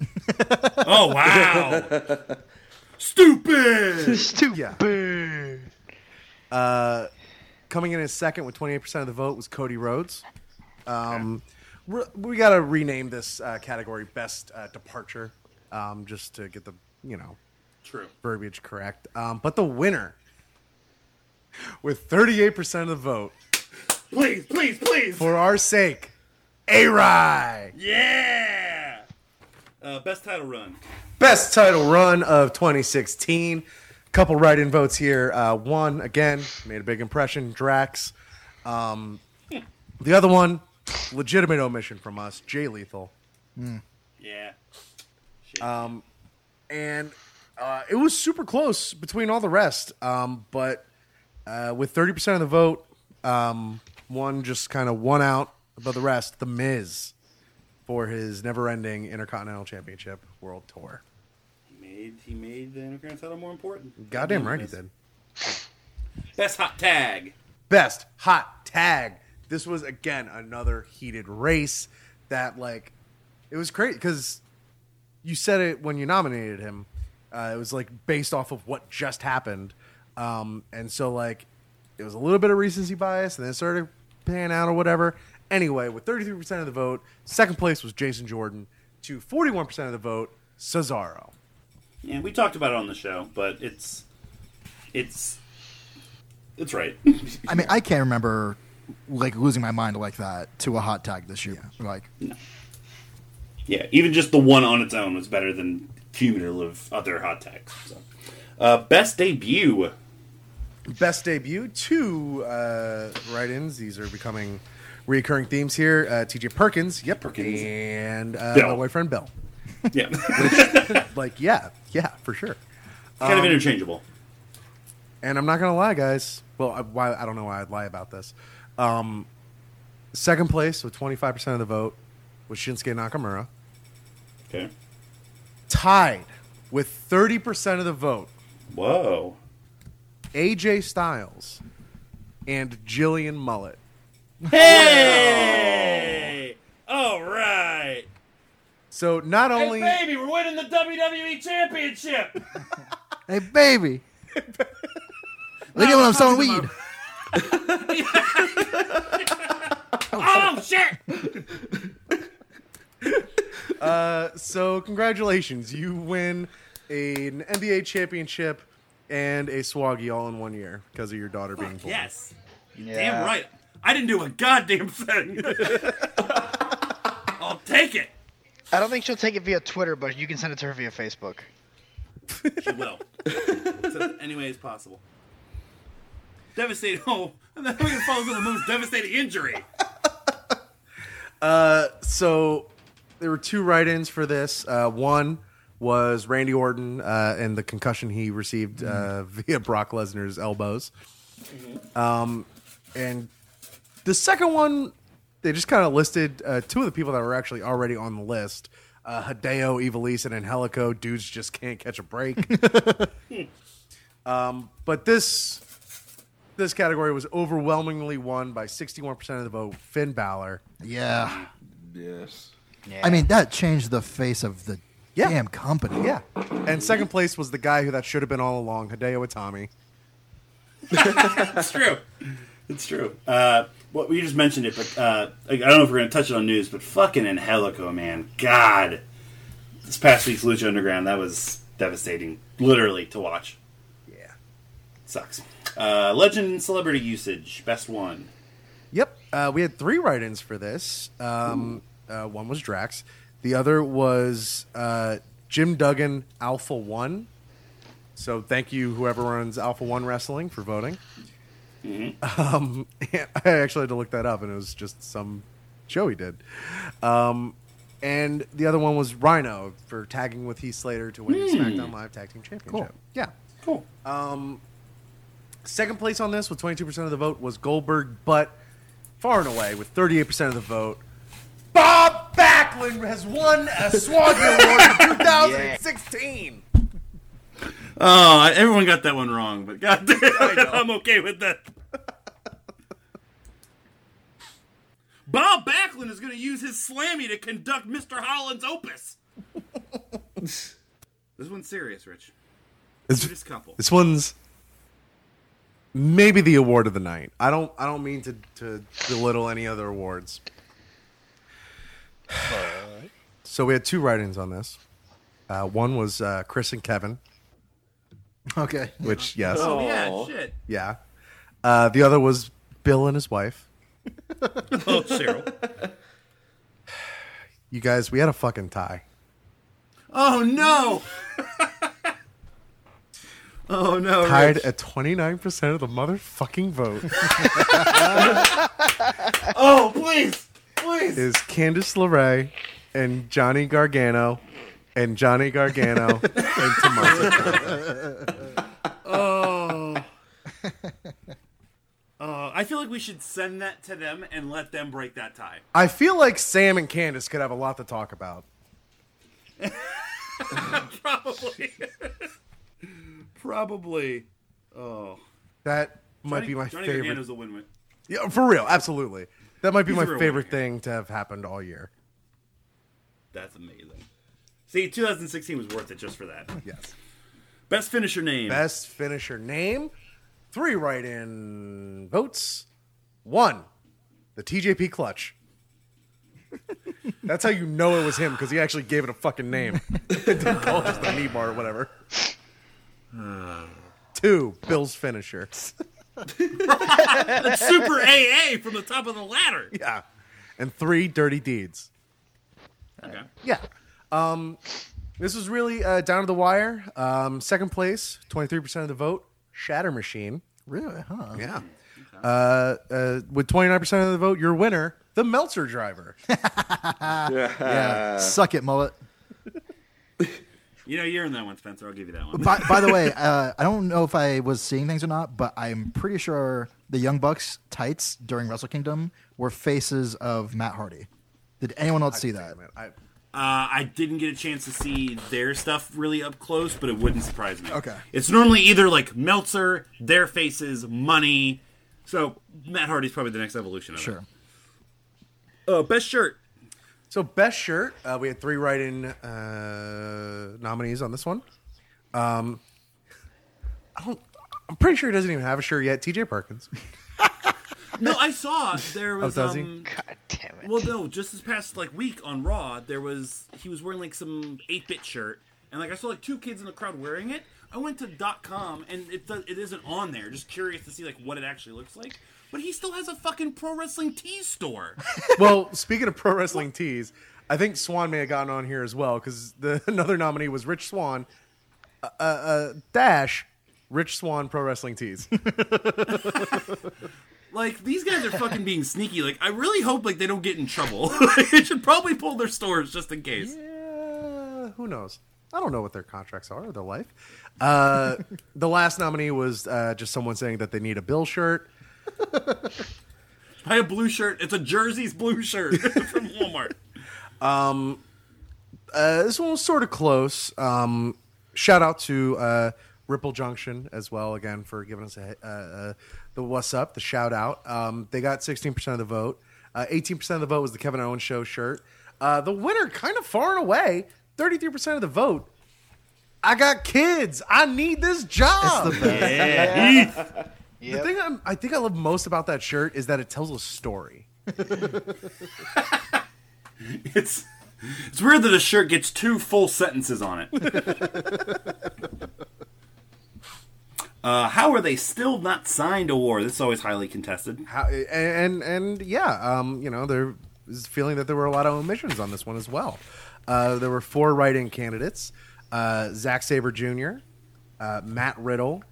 S1: Oh wow. Stupid.
S4: Stupid.
S6: Coming in as second with 28% of the vote was Cody Rhodes. Um, we're- we got to rename this uh, category Best uh, Departure um, just to get the, you know,
S1: True.
S6: verbiage correct. Um, but the winner with 38% of the vote
S1: Please, please, please.
S6: for our sake, A-Rye.
S1: yeah. Uh, best title run.
S6: Best title run of 2016. Couple write-in votes here. Uh, one again made a big impression. Drax. Um, the other one, legitimate omission from us. Jay Lethal,
S1: Yeah.
S6: and uh, it was super close between all the rest. Um, but uh, with 30 percent of the vote, um, one just kind of won out above the rest. The Miz for his never-ending Intercontinental Championship World Tour.
S1: He made he made the interference title more important.
S6: Goddamn right he did.
S1: Best hot tag.
S6: best hot tag. This was again another heated race that like it was crazy because you said it when you nominated him. Uh, it was like based off of what just happened, um, and so like it was a little bit of recency bias, and then it started pan out or whatever. Anyway, with thirty three percent of the vote, second place was Jason Jordan to forty one percent of the vote, Cesaro.
S1: Yeah, we talked about it on the show, but it's it's it's right.
S5: I mean, I can't remember like losing my mind like that to a hot tag this year. Like,
S1: yeah, even just the one on its own was better than cumulative other hot tags. So. Uh, best debut.
S6: best debut. Two uh, write-ins. These are becoming reoccurring themes here. Uh, T.J. Perkins, yep,
S1: Perkins.
S6: and uh,
S1: Bill.
S6: my boyfriend Bill.
S1: Yeah,
S6: Like, yeah, yeah, for sure.
S1: kind
S6: Um,
S1: of interchangeable.
S6: And I'm not gonna lie, guys. Well, I, why, I don't know why I'd lie about this. Um, second place with 25 percent of the vote was Shinsuke Nakamura,
S1: Okay.
S6: tied with 30 percent of the vote.
S1: Whoa.
S6: AJ Styles and Jillian Mullet.
S1: Hey! All right.
S6: So not only
S1: baby, we're winning the WWE Championship.
S5: hey, baby, look at when I'm selling weed.
S1: oh shit!
S6: So congratulations, you win an NBA championship and a swaggy all in one year because of your daughter being born.
S1: Yes.
S4: Yeah.
S1: Damn right. I didn't do a goddamn thing. I'll take it.
S4: I don't think she'll take it via Twitter, but you can send it to her via Facebook.
S1: She will. Except any way is possible. Devastating. Oh, and then we can follow the most devastating injury.
S6: So there were two write-ins for this. Uh, one was Randy Orton uh, and the concussion he received uh, via Brock Lesnar's elbows, um, and the second one they just kind of listed uh, two of the people that were actually already on the list. Uh, Hideo Evilise and Angelico, dudes just can't catch a break. Um, but this this category was overwhelmingly won by 61% of the vote Finn Balor.
S5: Yeah.
S3: Yes.
S5: I mean, that changed the face of the
S6: Yeah.
S5: damn company.
S6: Yeah. And second place was the guy who that should have been all along, Hideo Itami.
S1: It's true. It's true. Uh, well, we just mentioned it, but uh, I I don't know if we're going to touch it on news, but fucking Angelico, man. God. This past week's Lucha Underground, that was devastating, literally, to watch.
S6: Yeah.
S1: Sucks. Uh, legend and celebrity usage, best one.
S6: Yep. Uh, we had three write ins for this. Um, uh, one was Drax, the other was uh, Jim Duggan, Alpha One, So thank you, whoever runs Alpha One Wrestling, for voting. Um, I actually had to look that up, and it was just some show he did. Um, and the other one was Rhino for tagging with Heath Slater to win the SmackDown Live Tag Team Championship. Yeah. Um,
S1: Cool.
S6: Second place on this with 22% of the vote was Goldberg, but far and away with 38% of the vote. Bob Backlund has won a Swaggy Award for 2016.
S1: Oh, everyone got that one wrong, but goddamn, I'm okay with that. Bob Backlund is going to use his slammy to conduct Mr. Holland's opus. this one's serious, Rich. This couple.
S6: This one's maybe the award of the night. I don't I don't mean to, to belittle any other awards. So we had two write-ins on this. Uh, one was uh, Chris and Kevin,
S5: Okay.
S6: which yes,
S1: Oh, yeah, shit.
S6: yeah. Uh, the other was Bill and his wife.
S1: Oh, Cheryl.
S6: You guys, we had a fucking tie.
S1: Oh, no. oh, no.
S6: Tied
S1: Rich.
S6: at twenty nine percent of the motherfucking vote
S1: Oh, please. Please.
S6: is Candice LeRae and Johnny Gargano, and Johnny Gargano and Tommaso.
S1: Uh, I feel like we should send that to them and let them break that tie.
S6: I feel like Sam and Candice could have a lot to talk about.
S1: Probably. Probably. Oh.
S6: That might be my
S1: Johnny
S6: favorite.
S1: Gargano's a win-win.
S6: Yeah, for real, absolutely. That might be
S1: He's
S6: my
S1: a real
S6: favorite
S1: winner.
S6: thing to have happened all year.
S1: That's amazing. See, 2016 was worth it just for that.
S6: Yes.
S1: Best finisher name.
S6: Best finisher name. Three write in votes. One, the TJP clutch. That's how you know it was him because he actually gave it a fucking name. Didn't call it just the knee bar or whatever. Two, Bill's finisher.
S1: That's super AA from the top of the ladder.
S6: Yeah. And three, dirty deeds.
S1: Okay.
S6: Yeah. Um, this was really uh, down to the wire. Um, second place, 23% of the vote, Shatter Machine.
S5: Really? Huh.
S6: Yeah. Hmm. Uh, uh, with 29% of the vote, your winner, the Meltzer driver.
S5: Yeah. Uh, Suck it, mullet.
S1: You know, you're in that one, Spencer. I'll give you that one.
S5: By, by the way, uh, I don't know if I was seeing things or not, but I'm pretty sure the Young Bucks tights during Wrestle Kingdom were faces of Matt Hardy. Did anyone else see that?
S6: Man, I,
S1: Uh, I didn't get a chance to see their stuff really up close, but it wouldn't surprise me.
S5: Okay.
S1: It's normally either like Meltzer, their faces, money. So Matt Hardy's probably the next evolution of it.
S5: Sure.
S1: Uh, best shirt.
S6: so, best shirt, uh, we had three write in uh, nominees on this one. Um, I don't, I'm pretty sure he doesn't even have a shirt yet. TJ Perkins.
S1: No, I saw there was.
S6: Oh, does he?
S1: um,
S4: God damn it.
S1: Well, no, just this past like week on Raw, there was he was wearing like some eight bit shirt, and like I saw like two kids in the crowd wearing it. I went to .com and it does, it isn't on there. Just curious to see like what it actually looks like. But he still has a fucking pro wrestling tee store.
S6: well, speaking of pro wrestling tees, I think Swan may have gotten on here as well because the another nominee was Rich Swan, uh, uh, dash Rich Swan pro wrestling tees.
S1: Like these guys are fucking being sneaky. Like I really hope like they don't get in trouble. they should probably pull their stores just in case.
S6: Uh, who knows? I don't know what their contracts are or their life. Uh, the last nominee was uh, just someone saying that they need a Bill shirt.
S1: Buy a blue shirt. It's a Jersey's blue shirt from Walmart.
S6: Uh, this one was sort of close. Um, shout out to uh, Ripple Junction as well again for giving us a, uh, uh, the what's up, the shout out. Um, they got 16% of the vote. Uh, 18% of the vote was the Kevin Owens Show shirt. Uh, the winner, kind of far and away, 33% of the vote. I got kids. I need this job.
S5: It's the best.
S6: The thing I'm, I think I love most about that shirt is that it tells a story.
S1: It's it's weird that a shirt gets two full sentences on it. uh, how are they still not signed a war? This is always highly contested.
S6: How, and, and and yeah, um, you know, there is feeling that there were a lot of omissions on this one as well. Uh, there were four write-in candidates: uh, Zach Saber Jr., uh, Matt Riddle,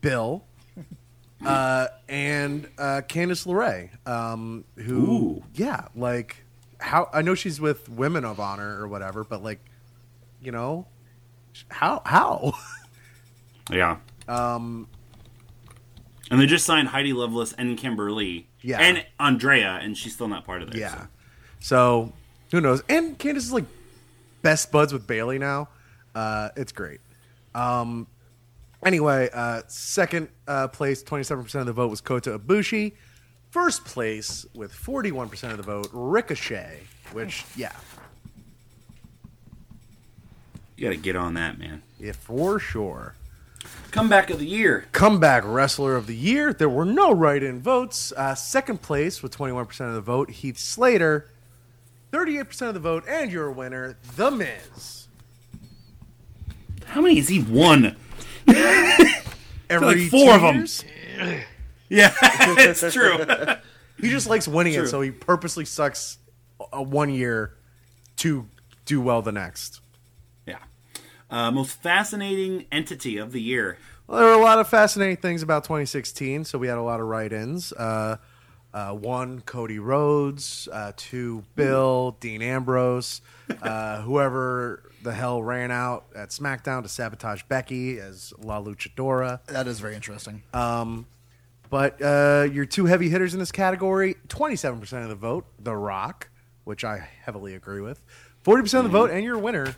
S6: Bill, uh, and uh, Candice LeRae, um, who,
S1: Ooh.
S6: yeah, like how I know she's with Women of Honor or whatever, but like, you know, sh- how how
S1: Yeah. Um, and they just signed Heidi Lovelace and Kimberly.
S6: Yeah.
S1: And Andrea, and she's still not part of this.
S6: yeah. So who knows? And Candice is like best buds with Bailey now. Uh, it's great. Um, anyway, uh, second uh, place, twenty seven percent of the vote was Kota Ibushi. First place with forty one percent of the vote, Ricochet. Which yeah,
S1: You got to get on that, man.
S6: yeah, for sure.
S1: Comeback of the year.
S6: Comeback Wrestler of the Year. There were no write in votes. Uh, second place with 21% of the vote, Heath Slater. 38% of the vote, and your winner, The Miz.
S1: How many has he won?
S6: Every
S1: like four
S6: two
S1: of 'em.
S6: years,
S1: Yeah, it's true.
S6: He just likes winning
S1: True.
S6: it, so he purposely sucks uh, one year to do well the next.
S1: yeah. Uh, most fascinating entity of the year.
S6: Well, there were a lot of fascinating things about 2016, so we had a lot of write-ins. Uh, uh, one, Cody Rhodes. Uh, two, Bill, Dean Ambrose, uh, whoever the hell ran out at SmackDown to sabotage Becky as La Luchadora.
S5: That is very interesting.
S6: But uh, your two heavy hitters in this category, 27% of the vote, The Rock, which I heavily agree with. 40% of the vote, and your winner,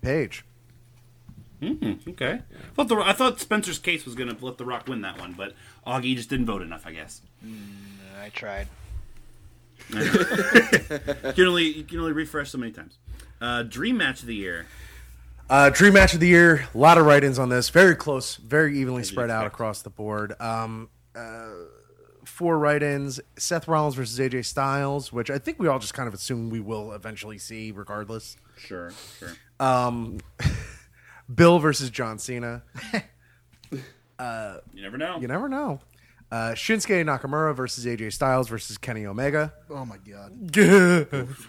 S6: Paige.
S1: Okay. I thought, the, I thought Spencer's case was going to let The Rock win that one, but Augie just didn't vote enough, I guess.
S4: Uh, I tried.
S1: You can only, you can only refresh so many times. Uh, dream match of the year.
S6: Uh, dream match of the year. A lot of write-ins on this. Very close. Very evenly spread out
S1: expect.
S6: across the board. Um, uh, four write-ins. Seth Rollins versus AJ Styles, which I think we all just kind of assume we will eventually see, regardless.
S1: Sure, sure.
S6: Bill versus John Cena.
S1: You never know.
S6: You never know. Uh, Shinsuke Nakamura versus AJ Styles versus Kenny Omega.
S5: oh my god.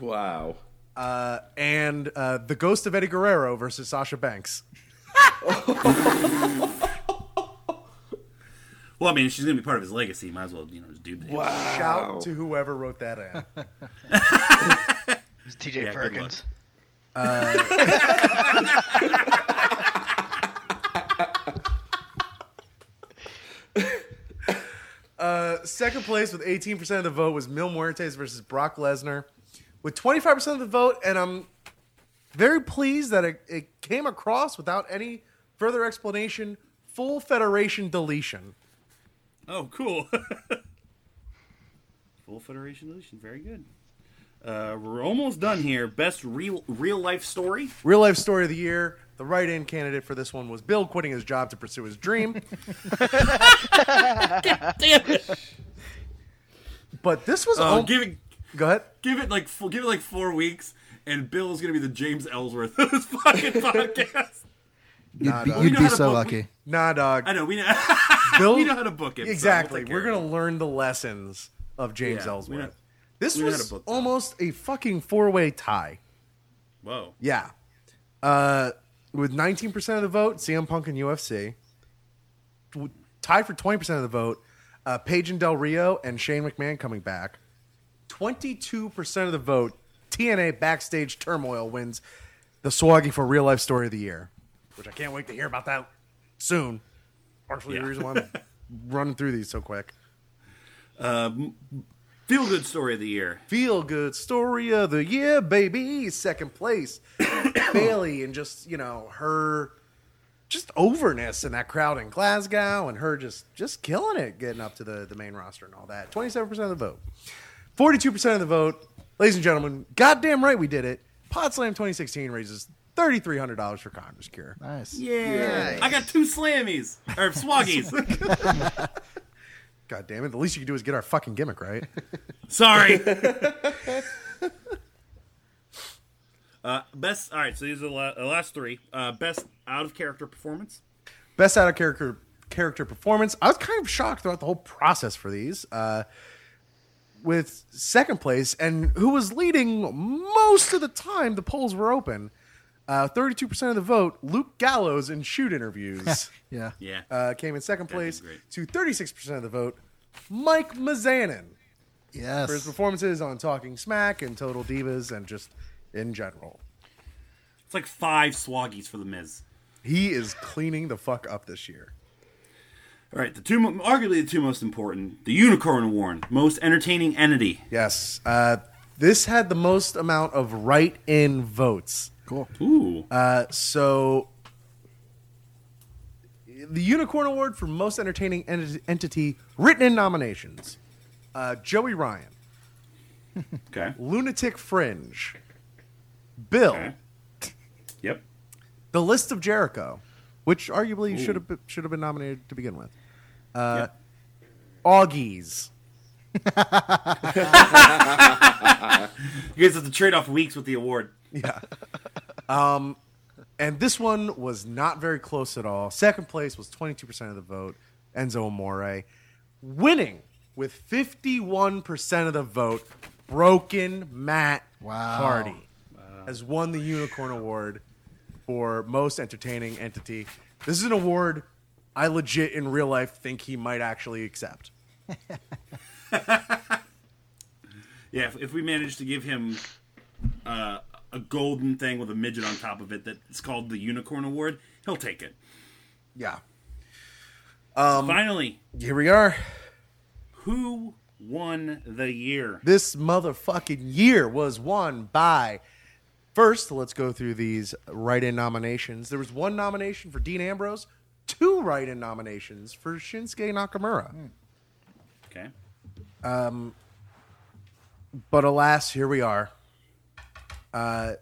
S3: Wow.
S6: and uh, the ghost of Eddie Guerrero versus Sasha Banks.
S1: Well, I mean, she's going to be part of his legacy. Might as well, you know, just do that.
S6: Shout to whoever wrote that in.
S4: It's TJ
S1: Yeah, good
S4: Perkins.
S6: Second place with 18% of the vote was Mil Muertes versus Brock Lesnar with 25% of the vote. And I'm very pleased that it, it came across without any further explanation. Full Federation deletion.
S1: Oh, cool. Full Federation deletion. Very good. Uh, we're almost done here. Best real real life story.
S6: Real life story of the year. The write in candidate for this one was Bill quitting his job to pursue his dream.
S1: Damn it!
S6: But this was.
S1: Oh,
S6: al-
S1: give it
S6: Go ahead.
S1: give it like full, give it like four weeks, and Bill's gonna be the James Ellsworth of this fucking podcast.
S5: You'd be,
S6: no.
S1: We
S5: you'd
S1: know
S5: be
S1: how to
S5: so
S1: book-
S5: lucky.
S6: Nah, dog.
S1: I know we know,
S6: Bill,
S1: we know how to book it. so we'll
S6: Exactly.
S1: take
S6: We're
S1: care of
S6: going to learn the lessons of James
S1: Yeah, we
S6: Ellsworth.
S1: know-
S6: this
S1: we know how to
S6: was
S1: book that.
S6: almost a fucking four way tie.
S1: it. Whoa.
S6: Yeah. Uh, with 19% of the vote, CM Punk and UFC. W- Tied for 20% of the vote, uh, Paige and Del Rio and Shane McMahon coming back. 22% of the vote, TNA Backstage Turmoil wins the Swaggy for Real Life Story of the Year, which I can't wait to hear about that soon. Partially
S1: Yeah.
S6: the reason why I'm running through these so quick.
S1: Feel good story of the year.
S6: feel good story of the year, baby. Second place, Bailey, and just you know her just overness in that crowd in Glasgow, and her just just killing it, getting up to the the main roster and all that. Twenty seven percent of the vote, forty two percent of the vote, ladies and gentlemen. Goddamn right, we did it. Pod Slam twenty sixteen raises. Thirty-three hundred dollars for Congress Cure.
S5: Nice.
S1: Yeah. I got two slammies or swaggies.
S6: God damn it! The least you can do is get our fucking gimmick right.
S1: Sorry. uh, best. All right. So these are the la- the last three. Uh, best out of character performance.
S6: Best out of character character performance. I was kind of shocked throughout the whole process for these. Uh, with second place, and who was leading most of the time the polls were open, Uh, 32% of the vote, Luke Gallows in shoot interviews
S5: Yeah.
S1: Yeah.
S6: uh, came in second
S1: That'd be
S6: place
S1: great.
S6: to 36% of the vote, Mike Mazanin
S5: Yes.
S6: for his performances on Talking Smack and Total Divas and just in general.
S1: it's like five swaggies for the Miz.
S6: He is cleaning the fuck up this year.
S1: All right, the two, mo- arguably the two most important, the Unicorn Award, most entertaining entity.
S6: Yes. Uh, this had the most amount of write in votes.
S1: Ooh,
S6: Uh, so, the Unicorn Award for Most Entertaining Ent- Entity written in nominations uh, Joey Ryan,
S1: okay,
S6: Lunatic Fringe, Bill,
S1: Okay. yep,
S6: The List of Jericho, which arguably should have been- should have been nominated to begin with,
S1: uh,
S6: Augies,
S1: You guys have to trade off weeks with the award.
S6: and this one was not very close at all. Second place was 22% of the vote, Enzo Amore, winning with 51% of the vote, Broken Matt
S5: Wow.
S6: Hardy has won the Unicorn Award for most entertaining entity. This is an award I legit in real life think he might actually accept.
S1: Yeah, if, if we manage to give him uh, a golden thing with a midget on top of it that's called the Unicorn Award, he'll take it.
S6: Yeah.
S1: Finally,
S6: Here we are.
S1: who won the year?
S6: this motherfucking year was won by first let's go through these write-in nominations there was one nomination for dean ambrose two write-in nominations for shinsuke nakamura
S1: Okay,
S6: but alas here we are uh,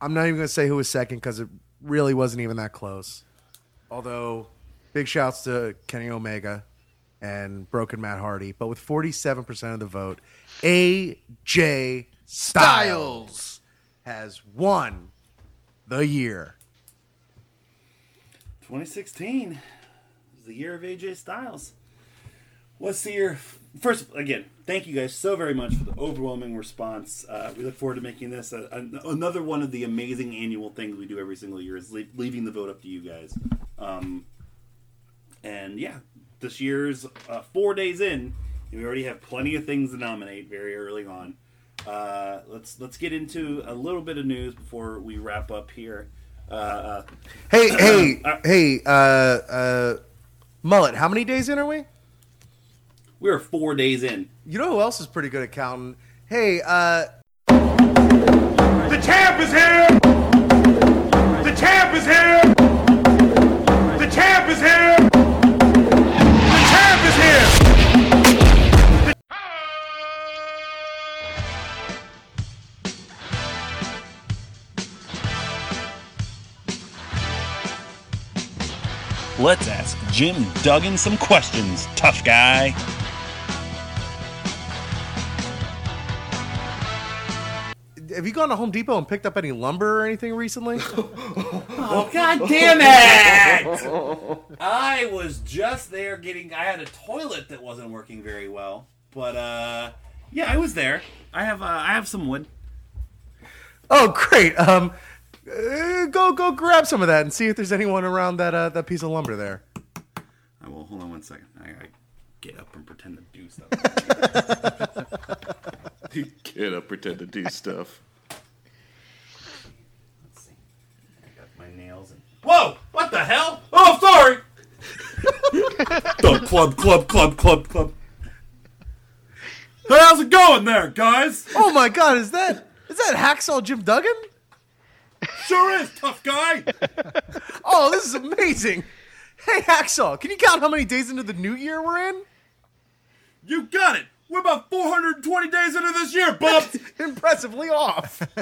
S6: i'm not even going to say who was second because it really wasn't even that close although big shouts to kenny omega and broken matt hardy but with 47% of the vote aj styles. has won the year.
S1: 2016 was the year of AJ Styles. What's the year? First, again, thank you guys so very much for the overwhelming response. Uh, we look forward to making this a, an another one of the amazing annual things we do every single year is le- leaving the vote up to you guys. Um, and yeah, this year's uh, four days in, and we already have plenty of things to nominate very early on. Uh, let's let's get into a little bit of news before we wrap up here. Uh, uh,
S6: Hey, hey, hey, uh, uh, Mullet, how many days in are we?
S1: we are four days in.
S6: You know who else is pretty good at counting? Hey, uh,
S8: The champ is here! The champ is here! The champ is here! The champ is here!
S9: Let's ask Jim Duggan some questions, tough guy.
S6: have you gone to Home Depot and picked up any lumber or anything recently?
S1: Oh, God damn it! I was just there getting. I had a toilet that wasn't working very well, but uh, yeah, I was there. I have uh, I have some wood.
S6: oh, great. Um, uh, go, go grab some of that and see if there's anyone around that, uh, that piece of lumber there.
S1: I will hold on one second. I, I get up and pretend to do stuff.
S3: Get up, pretend to do stuff.
S1: Let's see. I got my nails and. Whoa! What the hell? Oh, sorry. the club, club, club, club, club. Hey, how's it going there, guys?
S6: Oh my God, is that, is that Hacksaw Jim Duggan?
S1: Sure is, tough guy.
S6: Oh, this is amazing. Hey, Hacksaw, can you count how many days into the new year we're in?
S1: You got it. We're about 420 days into this year, Bubs.
S6: impressively off.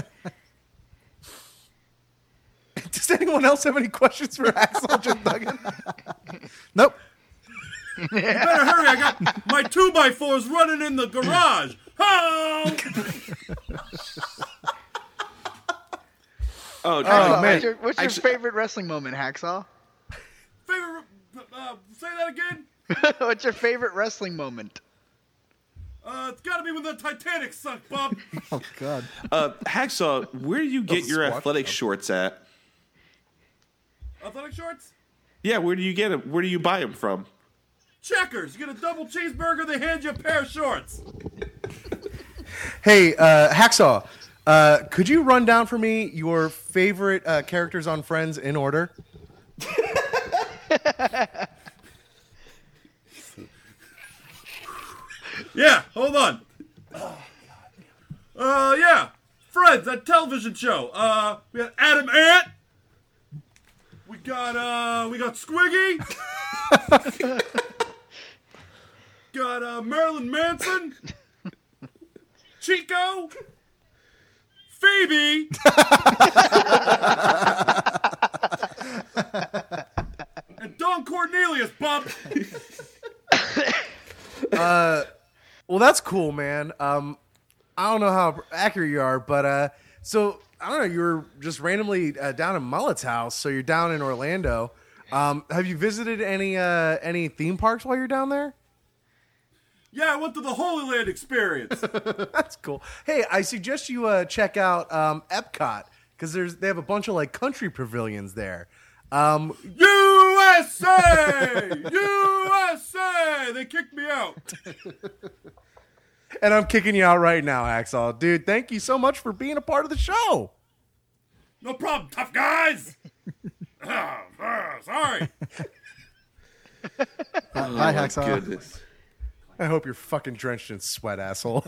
S6: Does anyone else have any questions for Axel Jim Duggan?
S5: Nope.
S1: better hurry. I got my two by fours running in the garage. Oh!
S3: Oh,
S6: man.
S4: Hacksaw, What's your, what's your
S3: Actually-
S4: favorite wrestling moment, Hacksaw?
S1: Favorite. Uh, say that again.
S4: what's your favorite wrestling moment?
S1: Uh, it's gotta be when the Titanic sunk, Bob.
S5: God.
S3: uh, Hacksaw, where do you get your athletic shorts at?
S1: Athletic shorts?
S3: Yeah, where do you get them? Where do you buy them from?
S1: Checkers. You get a double cheeseburger, they hand you a pair of shorts.
S6: Hey, uh, Hacksaw, uh, could you run down for me your favorite uh, characters on Friends in order?
S1: Yeah, hold on. Uh, yeah. Friends, that television show. Uh, we got Adam Ant. We got, uh, we got Squiggy. got, uh, Marilyn Manson. Chico. Phoebe. and Don Cornelius, bump.
S6: Well, that's cool, man. Um, I don't know how accurate you are, but uh, so I don't know. You were just randomly uh, down in Mullet's house, so you're down in Orlando. Um, have you visited any uh, any theme parks while you're down there?
S1: Yeah, I went to the Holy Land experience.
S6: That's cool. Hey, I suggest you uh, check out um, Epcot because there's they have a bunch of like country pavilions there. Um,
S1: USA! USA! They kicked me out.
S6: and I'm kicking you out right now, Axel. Dude, thank you so much for being a part of the show.
S1: No problem, tough guys. Ah, ah, sorry.
S5: Hi, Hacksaw.
S3: Goodness.
S6: I hope you're fucking drenched in sweat, asshole.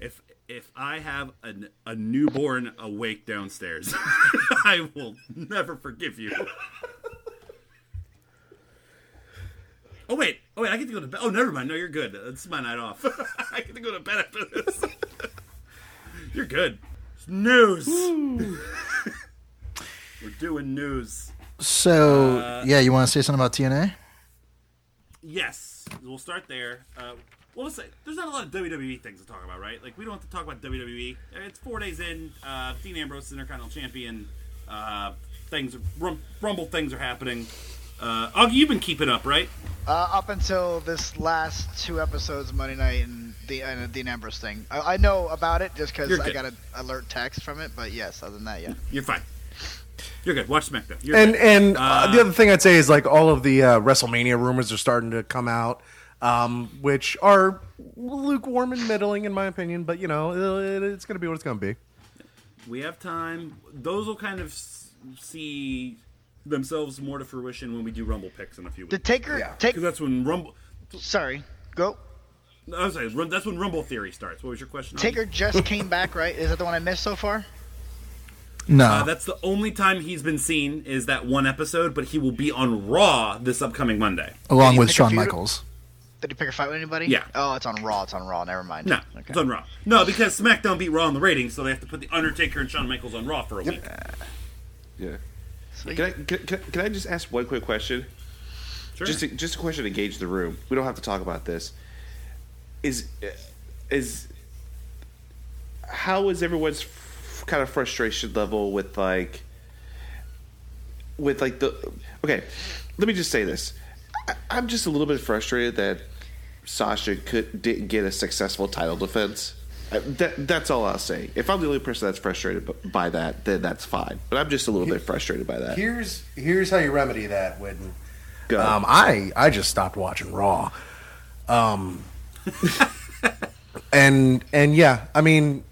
S1: If if I have a, a newborn awake downstairs, I will never forgive you. Oh wait, oh wait, I get to go to bed. Oh, never mind. No, you're good. It's my night off. I get to go to bed after this. you're good. It's news. We're doing news.
S5: So
S6: Uh,
S5: yeah, you want to say something about TNA?
S1: Yes, we'll start there. Uh, well, let's say there's not a lot of WWE things to talk about, right? Like we don't have to talk about WWE. Uh, It's four days in. Uh, Dean Ambrose is Intercontinental Champion. Uh, things, rum, rumble things are happening. Uh, Augie, you've been keeping up, right?
S4: Uh, up until this last two episodes, Monday night and the and the Dean Ambrose thing, I, I know about it just because
S1: You're
S4: I
S1: good.
S4: got an alert text from it. But yes, other than that, yeah.
S1: You're fine. You're good. Watch SmackDown. You're
S6: and
S1: good.
S6: and uh, the other thing I'd say is like all of the uh, WrestleMania rumors are starting to come out, um, which are lukewarm and middling in my opinion. But you know, it, it's going to be what it's going to be.
S1: we have time. Those will kind of s- see themselves more to fruition when we do Rumble picks in a few weeks.
S4: Did Taker take?
S1: Because that's when Rumble.
S4: Sorry, go.
S1: I was saying, Rum- that's when Rumble theory starts. What was your question? Augie?
S4: Taker just came back, right? Is that the one I missed so far?
S5: No.
S1: Uh, that's the only time he's been seen is that one episode, but he will be on Raw this upcoming Monday.
S5: Along with
S4: pick a
S5: Shawn
S4: few-
S5: Michaels.
S4: Did he pick a fight with anybody?
S1: Yeah.
S4: Oh, it's on Raw. It's on Raw. Never mind.
S1: No,
S4: Okay.
S1: it's on Raw. No, because SmackDown beat Raw in the ratings, so they have to put the Undertaker and Shawn Michaels on Raw for a week.
S3: Yeah. Can I, can, can, can I just ask one quick question?
S1: Sure.
S3: Just a, just a question to gauge the room. We don't have to talk about this. Is is how is everyone's f- kind of frustration level with like with like the okay? Let me just say this. I, I'm just a little bit frustrated that Sasha could didn't get a successful title defense. Uh, That, that's all I'll say. If I'm the only person that's frustrated b- by that, then that's fine. But I'm just a little bit frustrated by that.
S6: Here's here's how you remedy that, Whitten.
S3: Go.
S6: Um, I I just stopped watching Raw. Um, and and yeah, I mean,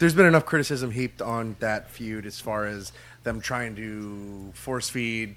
S6: there's been enough criticism heaped on that feud as far as them trying to force feed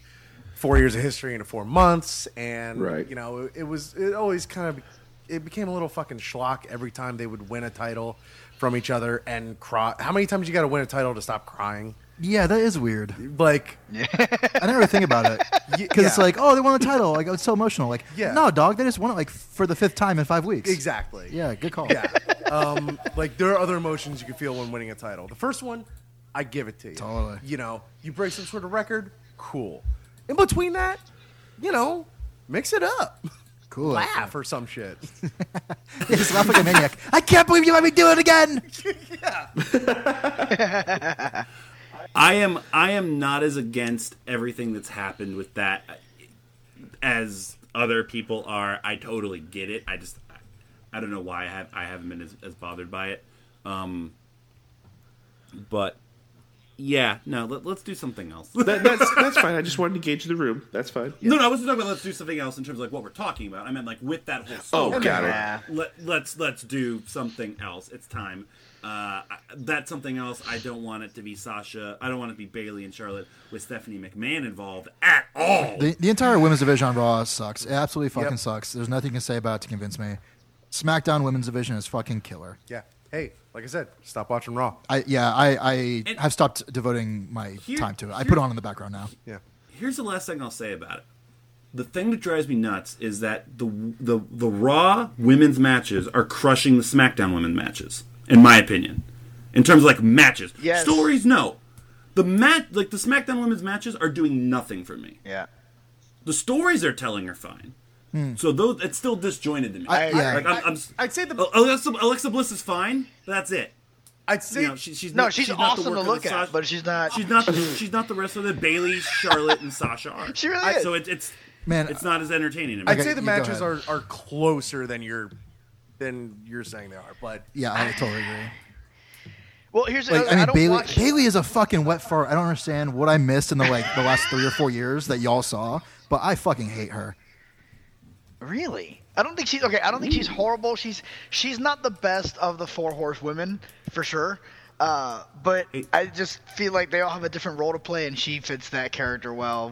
S6: four years of history into four months, and
S3: Right.
S6: you know, it, it was it always kind of it became a little fucking schlock every time they would win a title from each other and cry. How many times you got to win a title to stop crying?
S5: Yeah, that is weird.
S6: Like,
S5: I didn't really think about it because it's
S6: yeah.
S5: like, oh, they won the title. Like it's so emotional. Like,
S6: Yeah.
S5: no, dog, they just won it like for the fifth time in five weeks.
S6: exactly.
S5: Yeah, good call.
S6: yeah. Um, like there are other emotions you can feel when winning a title. The first one, I give it to you.
S5: Totally.
S6: You know, you break some sort of record, cool. In between that, you know, mix it up,
S5: cool.
S6: laugh or some shit.
S5: Yeah, just laugh like a maniac. I can't believe you let me do it again.
S1: I am I am not as against everything that's happened with that as other people are. I totally get it. I just I don't know why I have I haven't been as, as bothered by it. Um, but Yeah, no, let, let's do something else.
S3: That, that's that's fine. I just wanted to gauge the room. That's fine.
S1: No, no, I wasn't talking about let's do something else in terms of like what we're talking about. I meant like with that whole story.
S3: Oh, got it.
S4: Nah.
S1: Let, let's let's do something else. It's time. Uh, I- that's something else. I don't want it to be Sasha. I don't want it to be Bailey and Charlotte with Stephanie McMahon involved at all.
S5: The, the entire women's division on Raw sucks. It absolutely fucking sucks. There's nothing you can say about it to convince me. SmackDown women's division is fucking killer.
S6: Yeah. Hey, like I said, stop watching Raw.
S5: I yeah, I, I have stopped devoting my time to it. I put it on in the background now.
S6: Yeah.
S1: Here's the last thing I'll say about it. The thing that drives me nuts is that the the the Raw women's matches are crushing the SmackDown women matches, in my opinion, in terms of like matches.
S4: Yes.
S1: Stories, no. The mat like the SmackDown women's matches are doing nothing for me.
S4: Yeah.
S1: The stories they're telling are fine. So those it's still disjointed to me.
S5: I- yeah.
S1: like, I'm, I'm, s-
S6: I'd say the-
S1: Alexa, Alexa Bliss is fine. But that's it.
S6: I'd say
S1: You know, she, she's
S4: No,
S1: not,
S4: she's,
S1: not the
S4: awesome to
S1: workhorse
S4: look at,
S1: Sasha-
S4: but she's not.
S1: She's not. The, she's not the wrestler that Bailey, Charlotte, and Sasha are.
S4: She really
S1: I- So
S4: is.
S1: it, it's
S5: Man,
S1: it's not as entertaining. To
S6: I'd
S1: me.
S6: say the
S5: you go
S6: matches are,
S5: ahead.
S6: are closer than you're than you're saying they are, but
S5: Yeah, I totally agree.
S4: well, here's
S5: Like,
S4: the
S5: I
S4: I
S5: mean,
S4: don't
S5: Bailey,
S4: watch.
S5: Bailey is a fucking wet fart. I don't understand what I missed in the like the last three or four years that y'all saw, but I fucking hate her.
S4: Really? I don't think she's okay. I don't think
S5: Mm.
S4: she's horrible. She's she's not the best of the four horsewomen for sure. Uh, but I just feel like they all have a different role to play, and she fits that character well.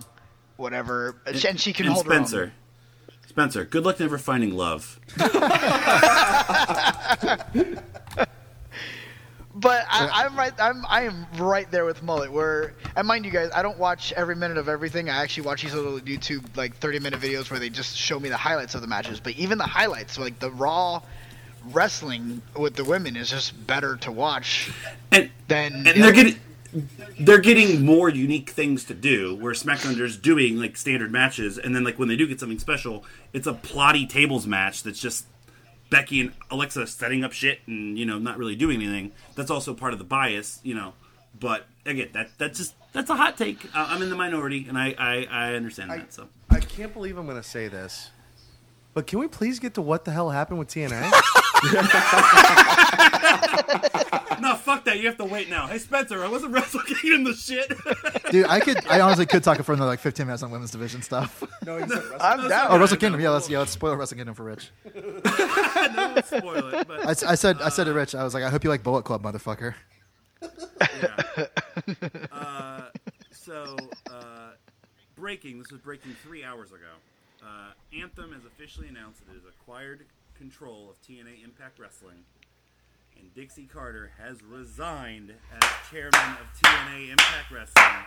S4: Whatever, and, she- and she can
S1: and
S4: hold
S1: Spencer.
S4: her own.
S1: Spencer, good luck never finding love.
S4: But I, I'm right. I'm I am right there with Mullet. Where and mind you guys, I don't watch every minute of everything. I actually watch these little YouTube like 30 minute videos where they just show me the highlights of the matches. But even the highlights, like the raw wrestling with the women, is just better to watch
S1: And
S4: than.
S1: and they're getting they're getting more unique things to do. Where SmackDown is doing like standard matches, and then like when they do get something special, it's a plotty tables match that's just Becky and Alexa setting up shit and you know not really doing anything. That's also part of the bias, you know. But again, that that's just that's a hot take. Uh, I'm in the minority, and I I, I understand that. So
S6: I can't believe I'm gonna say this. But can we please get to what the hell happened with TNA?
S1: no, fuck that. You have to wait now. Hey Spencer, I wasn't wrestle in the shit.
S5: Dude, I could I honestly could talk for another like 15 minutes on women's division stuff.
S6: no, he said wrestling.
S4: I'm down.
S5: Oh, Wrestle Kingdom. Yeah, let's yeah, let's spoil Wrestle Kingdom for Rich.
S1: Don't spoil it. But
S5: I, s- I said I said to Rich, I was like, I hope you like Bullet Club, motherfucker.
S1: So, uh, breaking. This was breaking three hours ago. Uh, Anthem has officially announced it has acquired control of TNA Impact Wrestling, and Dixie Carter has resigned as chairman of TNA Impact Wrestling.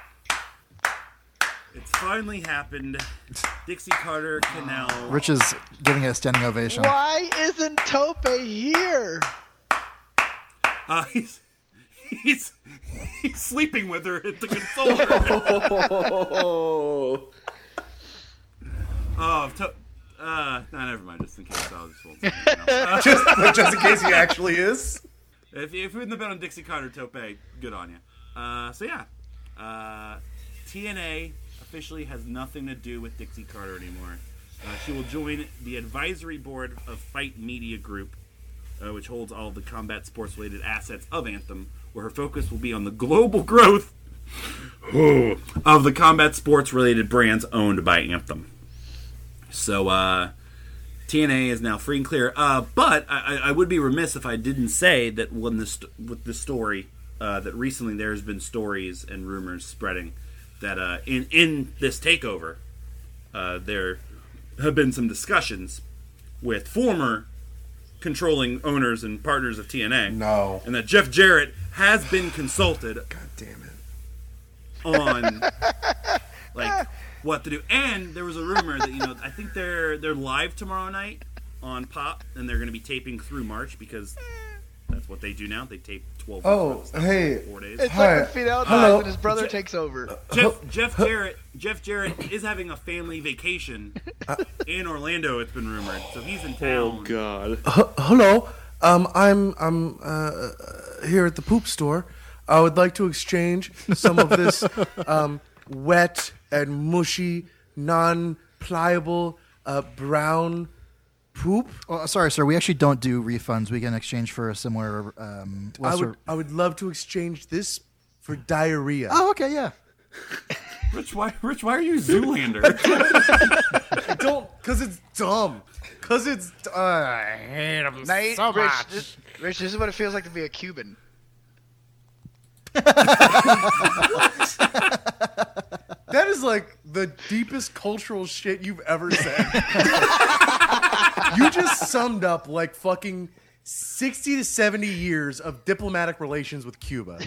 S1: It's finally happened. Dixie Carter can now.
S5: Rich is giving it a standing ovation.
S4: Why isn't Tope here?
S1: Uh, he's, he's he's sleeping with her to console her.
S3: Oh,
S1: oh, to- uh, no, never mind. Just in case, I was just won't say anything else.
S6: just, just in case he actually is.
S1: If, if you're in the bet on Dixie Carter Tope, good on you. Uh, so yeah, uh, TNA officially has nothing to do with Dixie Carter anymore. Uh, she will join the advisory board of Fight Media Group, uh, which holds all of the combat sports related assets of Anthem, where her focus will be on the global growth of the combat sports related brands owned by Anthem. So uh, TNA is now free and clear. Uh, but I, I- I would be remiss if I didn't say that when this with the story uh, that recently there has been stories and rumors spreading that uh, in in this takeover uh, there have been some discussions with former controlling owners and partners of TNA.
S6: No.
S1: and that Jeff Jarrett has been consulted
S6: God damn it.
S1: on like what to do. And there was a rumor that you know I think they're they're live tomorrow night on Pop, and they're going to be taping through March because that's what they do now. They tape twelve.
S6: Oh,
S1: episodes, that's
S6: hey.
S1: like Four days.
S4: It's
S6: Hi.
S4: like when Fidel dies
S6: Hello.
S4: and his brother takes over.
S1: Jeff, Jeff Jarrett Jeff Jarrett is having a family vacation
S6: Uh,
S1: in Orlando. It's been rumored, so he's in town.
S3: God.
S6: Hello. Um, I'm I'm uh, here at the poop store. I would like to exchange some of this um, wet and mushy, non-pliable, uh, brown poop.
S5: Oh, sorry, sir. We actually don't do refunds. We can exchange for a similar. Um,
S6: I
S5: lesser-
S6: would I would love to exchange this for diarrhea.
S5: Oh, okay, yeah.
S1: Rich, why, Rich, why are you Zoolander?
S6: I don't, cause it's dumb. Cause it's. Uh, I hate him
S4: Night,
S6: so
S4: Rich,
S6: much.
S4: this, Rich, this is what it feels like to be a Cuban.
S6: That is like the deepest cultural shit you've ever said. you just summed up like fucking 60 to 70 years of diplomatic relations with Cuba.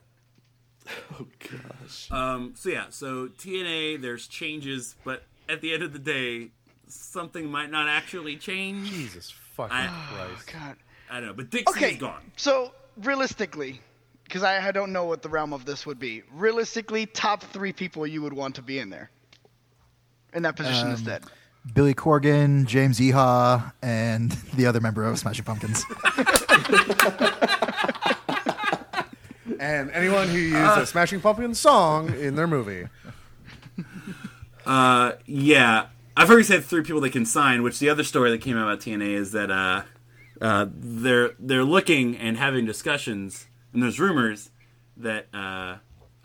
S1: um, so yeah, so TNA, there's changes, but at the end of the day, something might not actually change.
S6: Jesus fucking
S1: I-
S6: Christ.
S4: God.
S1: I don't know, but Dixie
S4: Okay.
S1: is gone.
S4: So realistically, because I, I don't know what the realm of this would be. Realistically, top three people you would want to be in there. In that position is dead.
S5: Billy Corgan, James Eha, and the other member of Smashing Pumpkins.
S6: And anyone who used a Smashing Pumpkin song in their movie.
S1: Yeah, I've already said three people they can sign. Which the other story that came out about TNA is that uh, uh, they're they're looking and having discussions, and there's rumors that uh,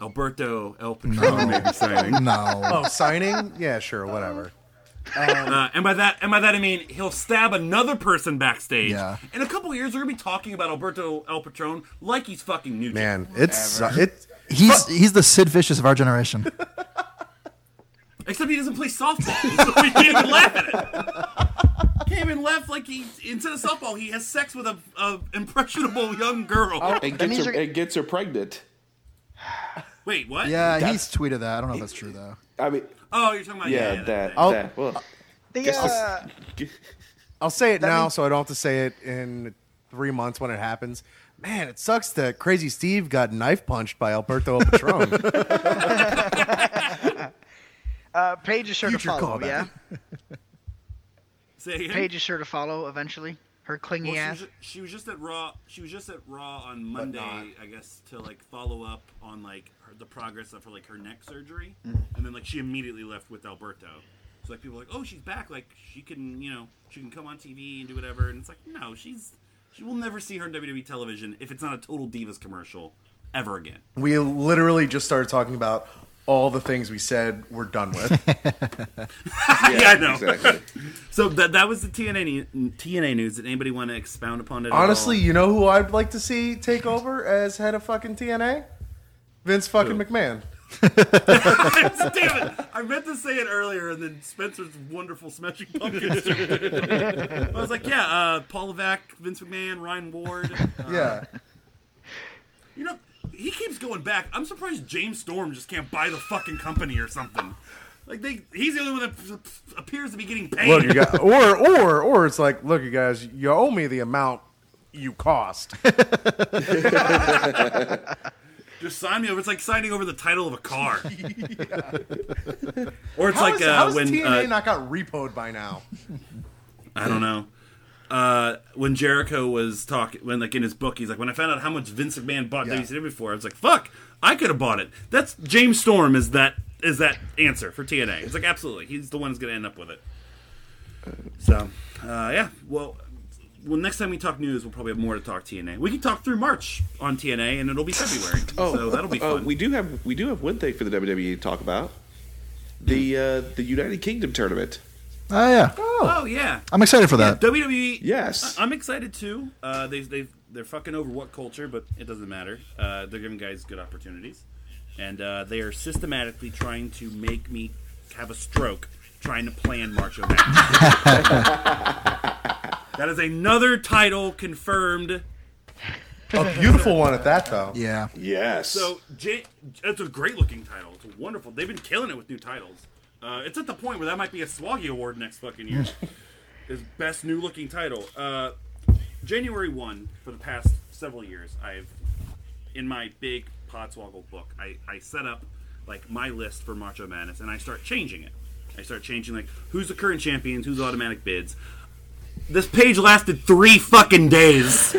S1: Alberto El Patron may be signing.
S5: No.
S6: Oh, signing? Yeah, sure, whatever.
S1: Uh, and by that, and by that I mean he'll stab another person backstage.
S5: Yeah.
S1: In a couple years, we're gonna be talking about Alberto El Patron like he's fucking new.
S6: Man, it's it.
S5: He's he's the Sid Vicious of our generation.
S1: Except he doesn't play softball, so we can't even laugh at it. Can't even laugh like he instead of softball, he has sex with a, a impressionable young girl.
S3: It gets,
S4: means
S3: her,
S4: you're-
S3: it gets her pregnant.
S1: Wait, what?
S5: Yeah,
S3: That's-
S5: he's tweeted that. I don't know if that's true though.
S3: I mean,
S1: Oh, you're talking about
S3: yeah,
S1: yeah,
S3: that.
S6: Oh.
S3: that. Well,
S4: They,
S3: guess this-
S4: uh,
S6: I'll say it now
S4: means-
S6: so I don't have to say it in three months when it happens. Man, it sucks that Crazy Steve got knife punched by Alberto El Patron.
S4: uh, Paige is sure to
S6: Future
S4: follow.
S6: callback.
S4: Yeah,
S1: Say again?
S4: Paige is sure to follow eventually. Her clingy
S1: Well, she, was,
S4: ass.
S1: ju- she was just at Raw. She was just at Raw on Monday, I guess, to like follow up on like her, the progress of her like her neck surgery, and then like she immediately left with Alberto. So like people were like, oh, she's back. Like she can, you know, she can come on TV and do whatever. And it's like, no, she's she will never see her on WWE television if it's not a Total Divas commercial ever again.
S6: we literally just started talking about all the things we said we're done with.
S1: Yeah, I know.
S3: exactly.
S1: So that that was the TNA ne- TNA news. Did anybody want to expound upon it? at all?
S6: Honestly, you know who I'd like to see take over as head of fucking TNA? Vince fucking McMahon.
S1: Damn it! I meant to say it earlier, and then Spencer's wonderful smashing pumpkins. I was like, yeah, uh, Paul Levesque, Vince McMahon, Ryan Ward. Uh,
S6: Yeah.
S1: you know, he keeps going back. I'm surprised James Storm just can't buy the fucking company or something. Like they, he's the only one that p- appears to be getting paid.
S6: Look, you got, or or or it's like, look, you guys, you owe me the amount you cost.
S1: just sign me over. It's like signing over the title of a car. Or it's
S6: How
S1: like
S6: is-
S1: uh,
S6: how has
S1: when
S6: TNA
S1: uh,
S6: not got repoed by now?
S1: I don't know. Uh, when Jericho was talking, when like in his book, he's like, when I found out how much Vince McMahon bought
S6: Yeah.
S1: WCW before, I was like, fuck, I could have bought it. That's James Storm is that is that answer for TNA? It's like absolutely, he's the one who's gonna end up with it. So, uh, yeah. Well, well, next time we talk news, we'll probably have more to talk TNA. We can talk through March on TNA, and it'll be February, so that'll be
S3: Oh,
S1: fun.
S3: we do have we do have one thing for the WWE to talk about the uh, the United Kingdom tournament.
S5: Oh yeah,
S1: oh yeah. E
S5: I'm excited for that.
S1: WWE.
S3: Yes.
S1: I- am excited too. Uh, they they they're fucking over what culture, but it doesn't matter. Uh, they're giving guys good opportunities, and uh, they are systematically trying to make me have a stroke trying to plan Macho Man. that is another title confirmed.
S6: A beautiful one at that, though.
S5: Yeah,
S3: Yes.
S1: So J- it's a great looking title. It's wonderful. They've been killing it with new titles. Uh, it's at the point where that might be a Swaggy Award next fucking year. Is best new looking title. Uh, January one for the past several years, I've in my big Podswoggle book, I, I set up like my list for Macho Madness, and I start changing it. I start changing like who's the current champions, who's automatic bids. This page lasted three fucking days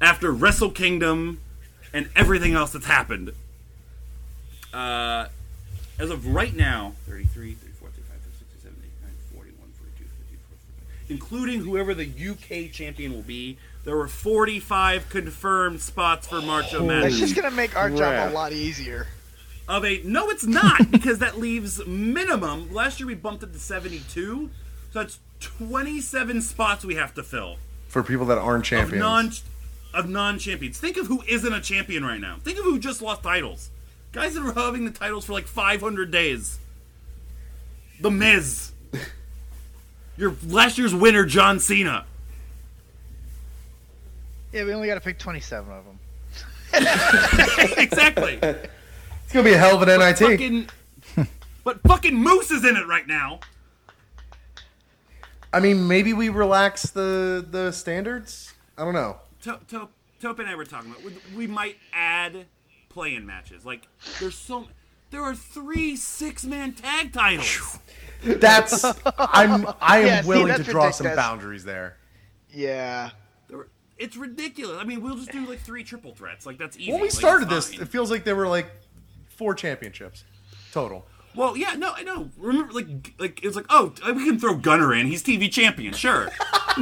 S1: after Wrestle Kingdom and everything else that's happened. Uh, as of right now, 33, 34, 35, 36, 37, 41, 42, 52, 53, including whoever the UK champion will be, There were 45 confirmed spots for Marcho
S4: That's
S1: Madness.
S4: just gonna make our job
S3: crap.
S4: a lot easier.
S1: Of a no, it's not because that leaves minimum. Last year we bumped it to 72, so that's 27 spots we have to fill
S6: for people that aren't
S1: of
S6: champions.
S1: non of non champions. Think of who isn't a champion right now. Think of who just lost titles. Guys that were having the titles for like 500 days. The Miz. Your last year's winner, John Cena.
S4: Yeah, we only got to pick 27 of them.
S1: exactly.
S6: it's gonna be a hell of an NIT.
S1: fucking, but fucking Moose is in it right now.
S6: I mean, maybe we relax the the standards. I don't know.
S1: To- To- Tope and I were talking about we- we might add play-in matches. Like there's so there are three six-man tag titles.
S6: That's I'm I am
S4: Yeah, see,
S6: willing to
S4: that's
S6: draw some
S4: ridiculous.
S6: boundaries there.
S4: Yeah.
S1: There are- it's ridiculous. I mean, we'll just do like three triple threats. Like that's easy.
S6: When
S1: Like,
S6: we
S1: it's
S6: started this,
S1: fine.
S6: it feels like there were like four championships total.
S1: well, yeah, no, I know. Remember, like, like it was like, oh, we can throw Gunner in. He's TV champion, sure.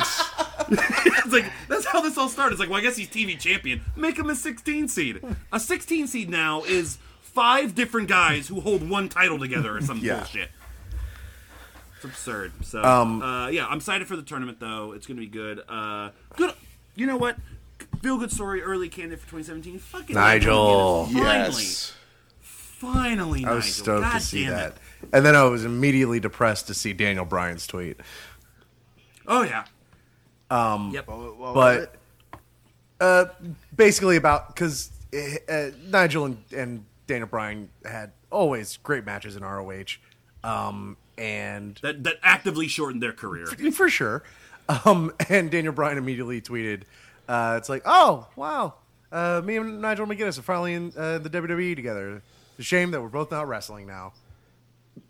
S1: it's like that's how this all started. It's like, well, I guess he's TV champion. Make him a 16 seed. A 16 seed now is five different guys who hold one title together or some
S6: Yeah.
S1: bullshit. It's absurd. So,
S6: Um,
S1: uh, yeah, I'm excited for the tournament though. It's gonna be good. Uh, good. You know what? Feel good story early candidate for 2017. Fucking
S6: Nigel.
S1: Finally, finally,
S6: I was
S1: Nigel.
S6: stoked
S1: God
S6: to see
S1: damn
S6: that.
S1: It.
S6: And then I was immediately depressed to see Daniel Bryan's tweet.
S1: Oh yeah. Um. Yep.
S6: but uh, basically about because uh, Nigel and, and Dana Bryan had always great matches in ROH, um, and
S1: That that actively shortened their career.
S6: for sure. Um, and Daniel Bryan immediately tweeted, uh, "It's like, oh wow, uh, me and Nigel McGuinness are finally in uh, the WWE together. It's a shame that we're both not wrestling now."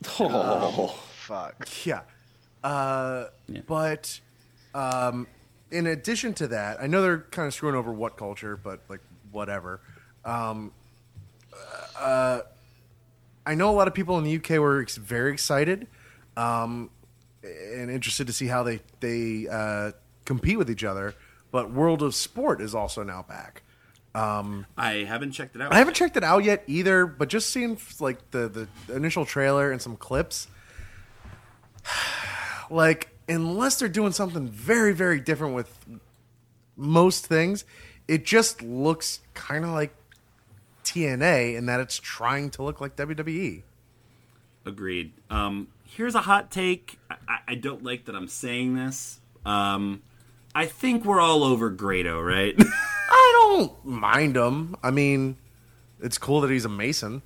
S4: Fuck.
S6: Yeah. Uh, But um, in addition to that, I know they're kind of screwing over what culture, but like whatever. Um, uh, I know a lot of people in the UK were ex- very excited um, and interested to see how they they uh, compete with each other. But World of Sport is also now back.
S1: I haven't checked it out.
S6: I haven't checked it out yet either, but just seeing like the the initial trailer and some clips, like unless they're doing something very very different with most things, it just looks kind of like TNA in that it's trying to look like E. WWE.
S1: Agreed. Um, here's a hot take. I- I, I don't like that I'm saying this. Um, I think we're all over Grado, right?
S6: I don't mind him. I mean, it's cool that he's a Mason.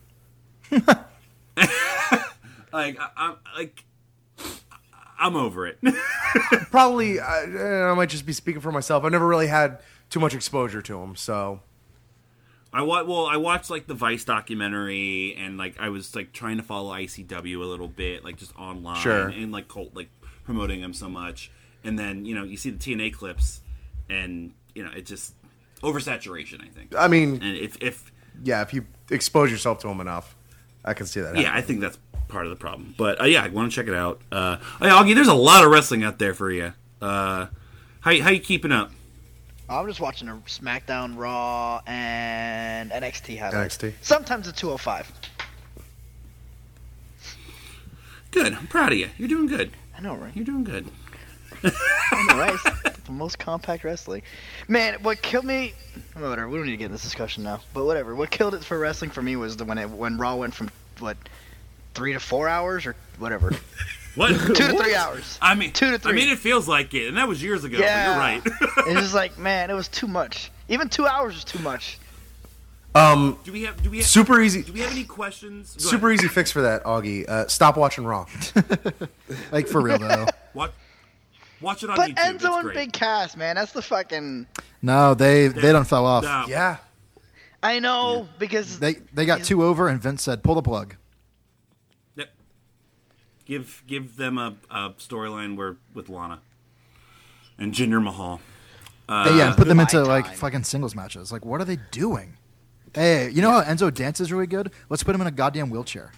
S1: like, I, I'm like, I'm over it.
S6: Probably, I, I might just be speaking for myself. I never really had too much exposure to him, so
S1: I wa- well, I watched like the Vice documentary, and like I was like trying to follow ICW a little bit, like just online,
S6: Sure.
S1: and like Colt like promoting him so much, and then you know you see the TNA clips, and you know it just oversaturation. I think,
S6: I mean.
S1: and if if
S6: yeah, if you expose yourself to him enough, I can see that.
S1: yeah, I think that's part of the problem. But uh, yeah, I want to check it out. Uh, oh, yeah, Augie, there's a lot of wrestling out there for you. Uh, how you- how you keeping up?
S4: I'm just watching a SmackDown, Raw, and NXT highlights.
S6: NXT.
S4: Sometimes oh a 205.
S1: Good. I'm proud of you. You're doing good.
S4: I know, right?
S1: You're doing good.
S4: All right, it's the most compact wrestling. Man, what killed me? Whatever. We don't need to get in this discussion now. But whatever. What killed it for wrestling for me was the when it when Raw went from what three to four hours or whatever, two
S1: What
S4: to three hours.
S1: I mean,
S4: Two to
S1: I
S4: three.
S1: mean, it feels like it, and that was years ago. but
S4: Yeah.
S1: you're right.
S4: It's just like man, it was too much. Even two hours was too much.
S6: Um,
S1: Do we have? Do we have?
S6: super easy,
S1: Do we have any questions? Go
S6: super
S1: ahead.
S6: easy fix for that, Augie. Uh, stop watching Raw.
S5: Like for real though.
S1: Watch, watch it on
S4: But
S1: YouTube. it's
S4: Enzo and
S1: great.
S4: Big Cass, man, that's the fucking.
S5: no, they they done fell off.
S1: Nah,
S6: yeah,
S4: I know because
S5: They they got two over, and Vince said, "Pull the plug."
S1: yep. Give give them a, a storyline where with Lana and Jinder Mahal. Uh,
S5: They- yeah, and put them
S4: my
S5: into like
S4: time.
S5: fucking singles matches. Like, what are they doing? Hey, you know how Enzo dances really good? Let's put him in a goddamn wheelchair.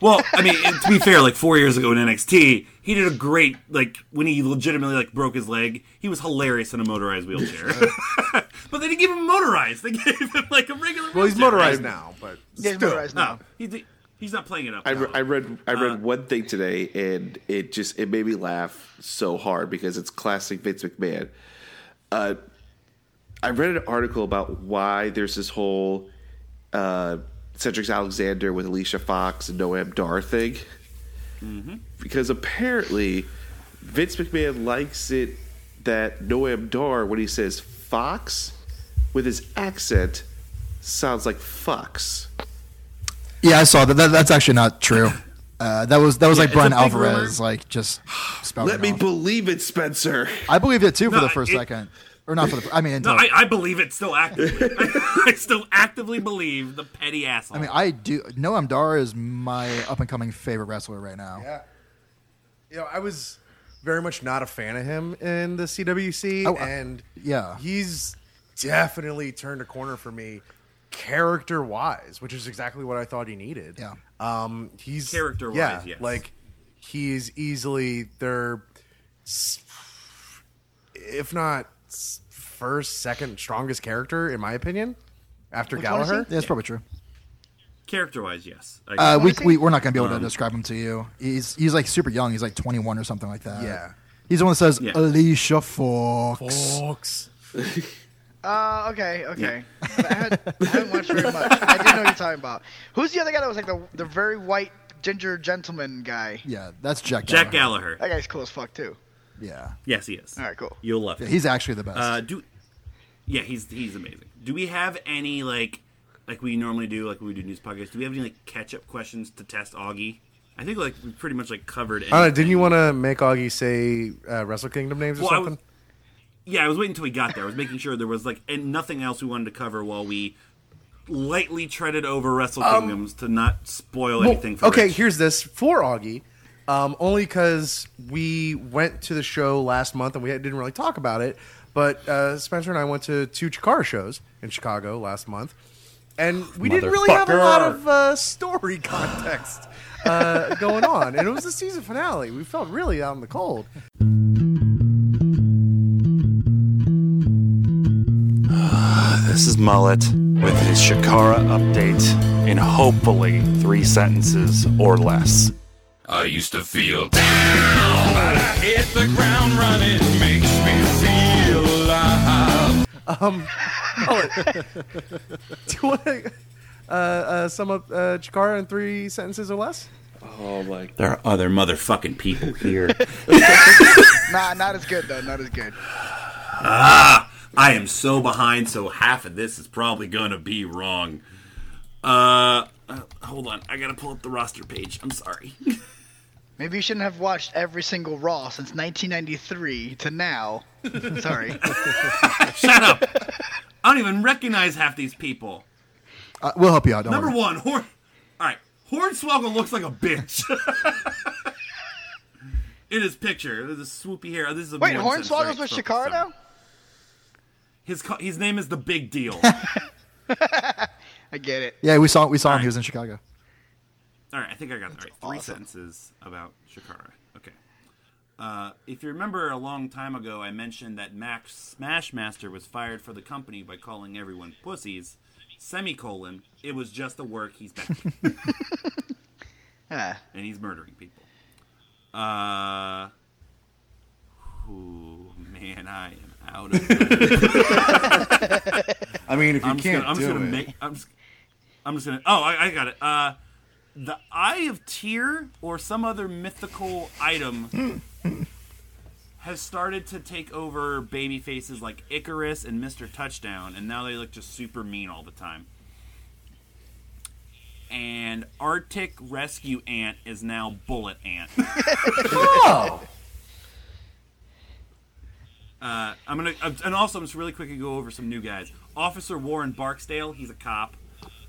S1: Well, I mean, and to be fair, like four years ago in NXT, he did a great like when he legitimately like broke his leg. He was hilarious in a motorized wheelchair. but they didn't give him motorized. They gave him like a regular.
S6: Well, he's
S1: wheelchair.
S6: motorized now, but
S4: Yeah, he's motorized
S1: No,
S4: now.
S1: he, he's not playing it up.
S3: I,
S1: though.
S3: re- I read I read one thing today, and it just it made me laugh so hard because it's classic Vince McMahon. Uh, I read an article about why there's this whole uh, Cedric Alexander with Alicia Fox and Noam Dar thing, because apparently Vince McMahon likes it that Noam Dar when he says Fox with his accent sounds like Fox.
S5: Yeah, I saw that. that that's actually not true. Uh, that was that was like
S1: it's a
S5: Brian
S1: big
S5: Alvarez, like just spouting
S3: Let me
S5: off.
S3: believe it, Spencer.
S5: I believed it too for
S1: No,
S5: the first
S1: it-
S5: second, or not for the. I mean,
S1: No,
S5: until,
S1: I,
S5: I,
S1: I believe it still actively. I still actively believe the petty asshole.
S5: mean, I do. Noam Dar is my up and coming favorite wrestler right now.
S6: you know, I was very much not a fan of him in the CWC,
S5: Oh, I-
S6: and
S5: yeah.
S6: he's definitely turned a corner for me, character wise, which is exactly what I thought he needed.
S5: Yeah.
S6: um, he's
S1: Character-wise,
S6: yeah,
S1: yes.
S6: like he is easily their, s- if not s- first, second strongest character in my opinion, after Gallagher.
S5: Yeah, that's probably true.
S1: Character wise, yes. I
S5: Uh, we,
S4: is he?
S5: we we're not gonna be
S1: Um,
S5: able to describe him to you. He's he's like super young. He's like 21 or something like that.
S6: Yeah.
S5: He's the one that says
S1: Yeah.
S5: Alicia Fox.
S6: Folks.
S4: Uh, okay, okay. I, had, I haven't watched very much. I didn't know what you're talking about. Who's the other guy that was like the the very white ginger gentleman guy?
S5: Yeah, that's Jack.
S1: Jack
S5: Gallagher.
S1: Gallagher.
S4: That guy's cool as fuck too.
S5: Yeah.
S1: Yes, he is.
S4: All right, cool.
S1: You'll love him.
S5: He's actually the best.
S1: Uh, do yeah, he's he's amazing. Do we have any like like we normally do, like when we do news podcasts? Do we have any like catch up questions to test Augie? I think like we pretty much like covered.
S6: I don't know, Uh, didn't
S1: everything.
S6: you want to make Augie say uh, Wrestle Kingdom names or
S1: Well, I was-
S6: something?
S1: Yeah, I was waiting until we got there. I was making sure there was like and nothing else we wanted to cover while we lightly treaded over Wrestle Kingdoms to not spoil
S6: Um, Well,
S1: anything. For
S6: okay,
S1: Rich.
S6: here's this for Augie. Um, only because we went to the show last month and we didn't really talk about it, but uh, Spencer and I went to two Chikara shows in Chicago last month, and we didn't really have a lot of uh, story context uh, going on. And it was the season finale. We felt really out in the cold.
S10: This is Mullet with his Shakara update in hopefully three sentences or less.
S8: I used to feel down, but I hit the ground running. Makes me feel alive.
S6: Do you want to uh, uh, sum up uh, Chikara in three sentences or less?
S3: Oh my
S1: there are other motherfucking people here.
S4: Nah, not as good though. Not as good.
S1: I am so behind, so half of this is probably gonna be wrong. Uh, uh, hold on, I gotta pull up the roster page. I'm sorry.
S4: Maybe you shouldn't have watched every single Raw since 1993 to now. Sorry.
S1: Shut up! I don't even recognize half these people.
S5: Uh, we'll help you out. Don't
S1: Number
S5: worry.
S1: one, Horn. All right, Hornswoggle looks like a bitch. In his picture, there's a swoopy hair. This is a
S4: Wait,
S1: one sentence, right,
S4: Hornswoggle's with
S1: so-
S4: Shakara
S1: so-
S4: now?
S1: His co- his name is the Big Deal.
S4: I get it.
S5: Yeah, we saw we saw him. He was in Chicago.
S1: All right, I think I got that right. Three sentences about Shakara. Okay. Uh, if you remember a long time ago, I mentioned that Max Smashmaster was fired for the company by calling everyone pussies. Semicolon. It was just a work. He's back,
S4: Ah,
S1: and he's murdering people. Uh. Ooh, man, I am out of. it.
S6: I mean, if you
S1: I'm just gonna. I'm just gonna make. I'm just, I'm just gonna. Oh, I, I got it. Uh, the Eye of Tyr or some other mythical item has started to take over baby faces like Icarus and Mr. Touchdown, and now they look just super mean all the time. And Arctic Rescue Ant is now Bullet Ant. I'm gonna uh, and also I'm just really quickly go over some new guys. Officer Warren Barksdale, he's a cop.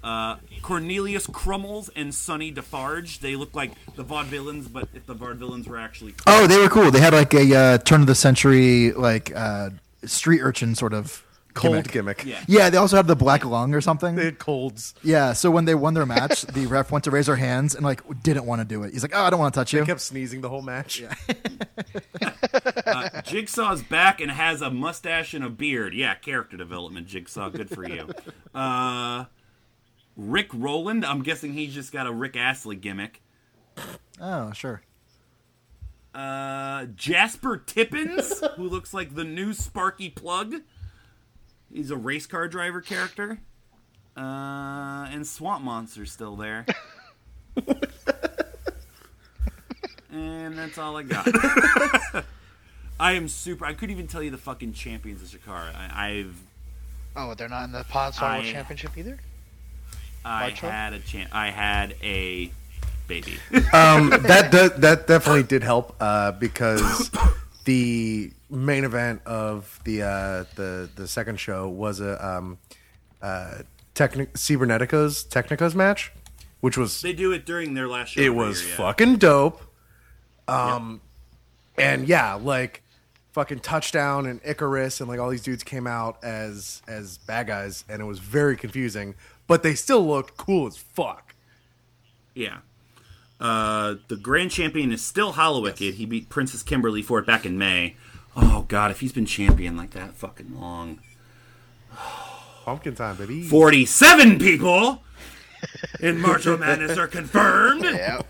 S1: Uh, Cornelius Crummels and Sonny Defarge, they look like the vaudevillains, but if the vaudevillains were actually
S5: Oh, they were cool. They had like a uh, turn of the century like uh, street urchin sort of
S6: Cold gimmick.
S5: Yeah. yeah, they also had the black lung or something.
S6: They had colds.
S5: Yeah, so when they won their match, the ref went to raise their hands and like didn't want to do it. He's like, "Oh, I don't want to touch
S6: They
S5: you."
S6: kept sneezing the whole match.
S1: Uh, Jigsaw's back and has a mustache and a beard. Yeah, character development, Jigsaw. Good for you. Uh, Rick Roland. I'm guessing he's just got a Rick Astley gimmick.
S5: Oh, sure.
S1: Uh, Jasper Tippins, who looks like the new Sparky Plug. He's a race car driver character. Uh, and Swamp Monster's still there. and that's all I got. I am super. I couldn't even tell you the fucking champions of Shakara. I, I've
S4: Oh, they're not in the Pod Swallow
S1: I-
S4: Championship either.
S1: I
S4: Macho?
S1: had a chance. I had a baby.
S6: um, that does, that definitely did help uh, because the main event of the uh, the the second show was a um, uh, Technic Cybernetico's Technicos match, which was
S1: they do it during their last show.
S6: it
S1: every
S6: was
S1: year, yeah.
S6: fucking dope. Um, and yeah, like fucking touchdown and Icarus and like all these dudes came out as as bad guys, and it was very confusing, but they still looked cool as fuck.
S1: Yeah. Uh, the grand champion is still Hollowicked. He beat Princess Kimberly for it back in May. Oh god, if he's been champion like that fucking long.
S6: Pumpkin time, baby.
S1: 47 people in Marcho Madness are confirmed.
S4: Yeah.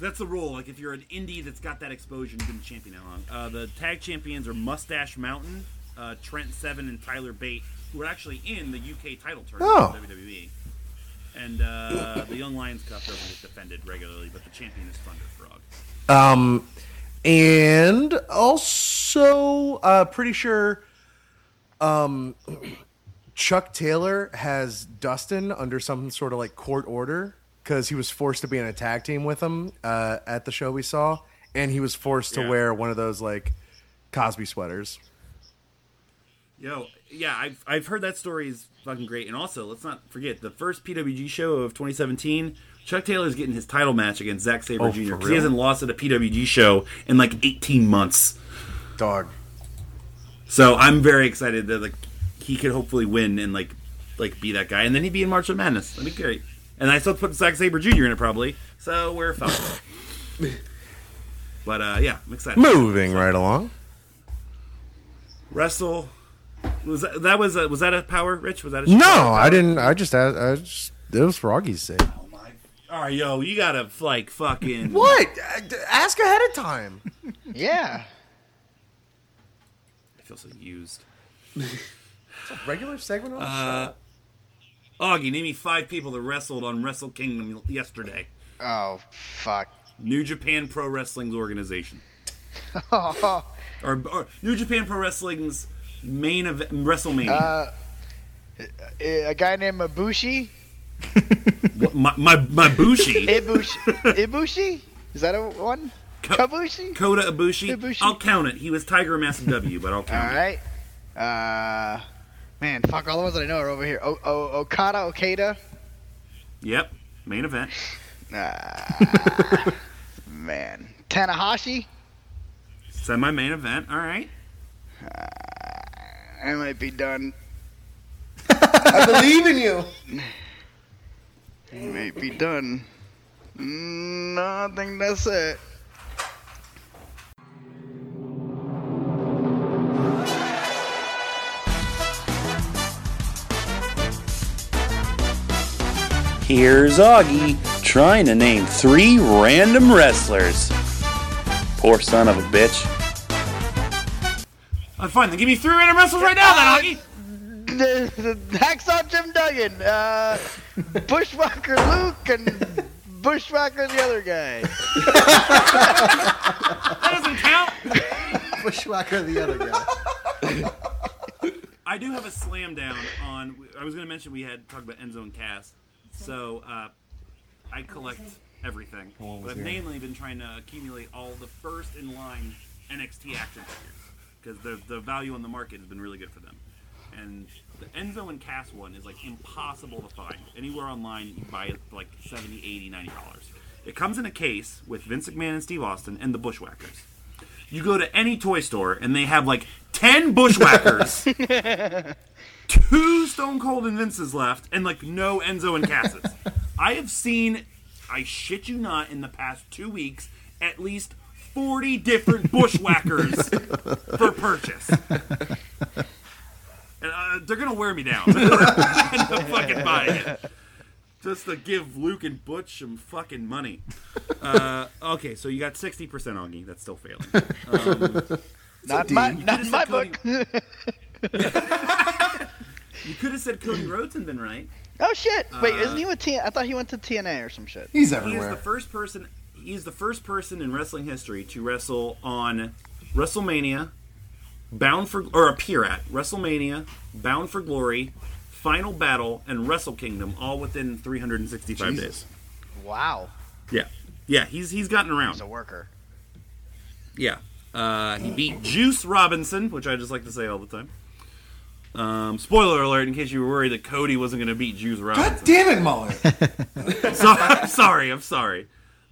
S1: That's the rule. Like if you're an indie that's got that exposure, you've been a champion that long. Uh, the tag champions are Mustache Mountain, uh, Trent Seven, and Tyler Bate, who are actually in the UK title tournament
S6: Oh.
S1: in WWE. E. And uh, the Young Lions Cup doesn't get defended regularly, but the champion is Thunder Frog.
S6: Um, and also, uh, pretty sure, um, Chuck Taylor has Dustin under some sort of like court order because he was forced to be in a tag team with him uh, at the show we saw, and he was forced
S1: Yeah.
S6: to wear one of those like Cosby sweaters.
S1: Yo, yeah, I've, I've heard that story is fucking great. And also, let's not forget the first PWG show of 2017. Chuck Taylor's getting his title match against Zack Sabre
S6: Oh,
S1: Jr.
S6: for
S1: 'cause He
S6: real?
S1: hasn't lost at a PWG show in like 18 months.
S6: Dog.
S1: So I'm very excited that like he could hopefully win and like like be that guy, and then he'd be in March of Madness. That'd be great. And I still put Zack Saber Jr. in it probably, so we're fine. but uh, yeah, I'm excited.
S6: Moving right along.
S1: Wrestle was that, that was a, was that a power? Rich was that a
S6: No, I didn't. I just, asked, I just it was for Augie's sake.
S1: All right, yo, you gotta like fucking
S6: What? Uh, Ask ahead of time.
S4: Yeah.
S1: I feel so used.
S6: Regular segment on the
S1: Augie, name me five people that wrestled on Wrestle Kingdom yesterday.
S4: Oh fuck.
S1: New Japan Pro Wrestling's organization. or, or New Japan Pro Wrestling's main event,
S4: Uh,
S1: WrestleMania.
S4: Eh, A guy named Ibushi.
S1: my, my, my Bushi,
S4: Ibushi. Ibushi. Is that a one? Kabushi.
S1: Kota Ibushi.
S4: Ibushi.
S1: I'll count it. He was Tiger Mask W, but I'll
S4: All
S1: count
S4: right. Uh, man, fuck. All the ones that I know are over here. O- o- Okada. Okada.
S1: it. Yep, main event.
S4: Man. Tanahashi.
S1: Semi main event. All right.
S4: I might be done. I believe in you. I might be done. Mm, No, I think that's it.
S9: Here's Augie trying to name three random wrestlers. Poor son of a bitch.
S1: I'm fine. Then give me three random wrestlers right now, then Augie.
S4: The, the Hacksaw Jim Duggan, uh, Bushwhacker Luke, and Bushwhacker the other guy.
S1: That doesn't count.
S5: Bushwhacker the other guy.
S1: I do have a slam down on. I was going to mention we had talked about Enzo and Cass. So uh, I collect everything. But I've mainly been trying to accumulate all the first in line NXT action figures because the, the value on the market has been really good for them. And the Enzo and Cass one is like impossible to find. Anywhere online, you buy it for like 70 80 $90. It comes in a case with Vince McMahon and Steve Austin and the Bushwhackers. You go to any toy store and they have like ten bushwhackers, two Stone Cold Invinces left, and like no Enzo and Cassis. I have seen, I shit you not, in the past two weeks, at least forty different bushwhackers for purchase. And, uh, they're gonna wear me down. I'm fucking buying it just to give Luke and Butch some fucking money. Uh, okay, so you got sixty percent, Augie. That's still failing. Um,
S4: Not my, not in my book.
S1: you could have said Cody Rhodes and been right.
S4: oh shit! Wait, isn't he with T? I thought he went to TNA or some shit.
S11: He's
S1: He is
S11: everywhere.
S1: the first person. He is the first person in wrestling history to wrestle on WrestleMania, Bound for or appear at WrestleMania, Bound for Glory, Final Battle, and Wrestle Kingdom, all within 365 days.
S4: Wow,
S1: Yeah, yeah, he's he's gotten around.
S4: he's a worker.
S1: Yeah. Uh, he beat Juice Robinson, which I just like to say all the time. Um, spoiler alert, in case you were worried that Cody wasn't going to beat Juice
S11: God
S1: Robinson.
S11: damn it, Muller.
S1: So- I'm sorry, I'm sorry.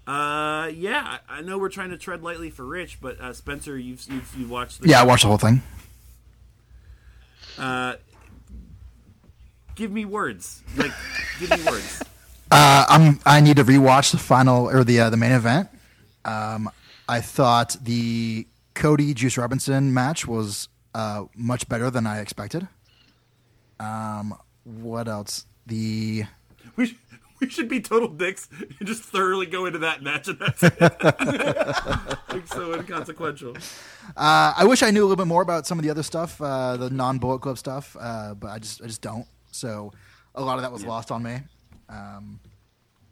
S1: Uh, yeah, I I know we're trying to tread lightly for Rich, but uh, Spencer, you've, you've, you've watched this.
S5: Yeah, I watched the whole thing.
S1: Give me words. Like, give me words.
S5: Uh, I'm I need to rewatch the final or the uh, the main event. Um, I thought the Cody Juice Robinson match was uh, much better than I expected. Um, what else? The
S1: We, sh- we should be total dicks and just thoroughly go into that match, and that's it. like, so inconsequential.
S5: Uh, I I wish I knew a little bit more about some of the other stuff, uh, the non Bullet Club stuff, uh, but I just I just don't. So a lot of that was lost on me. Um,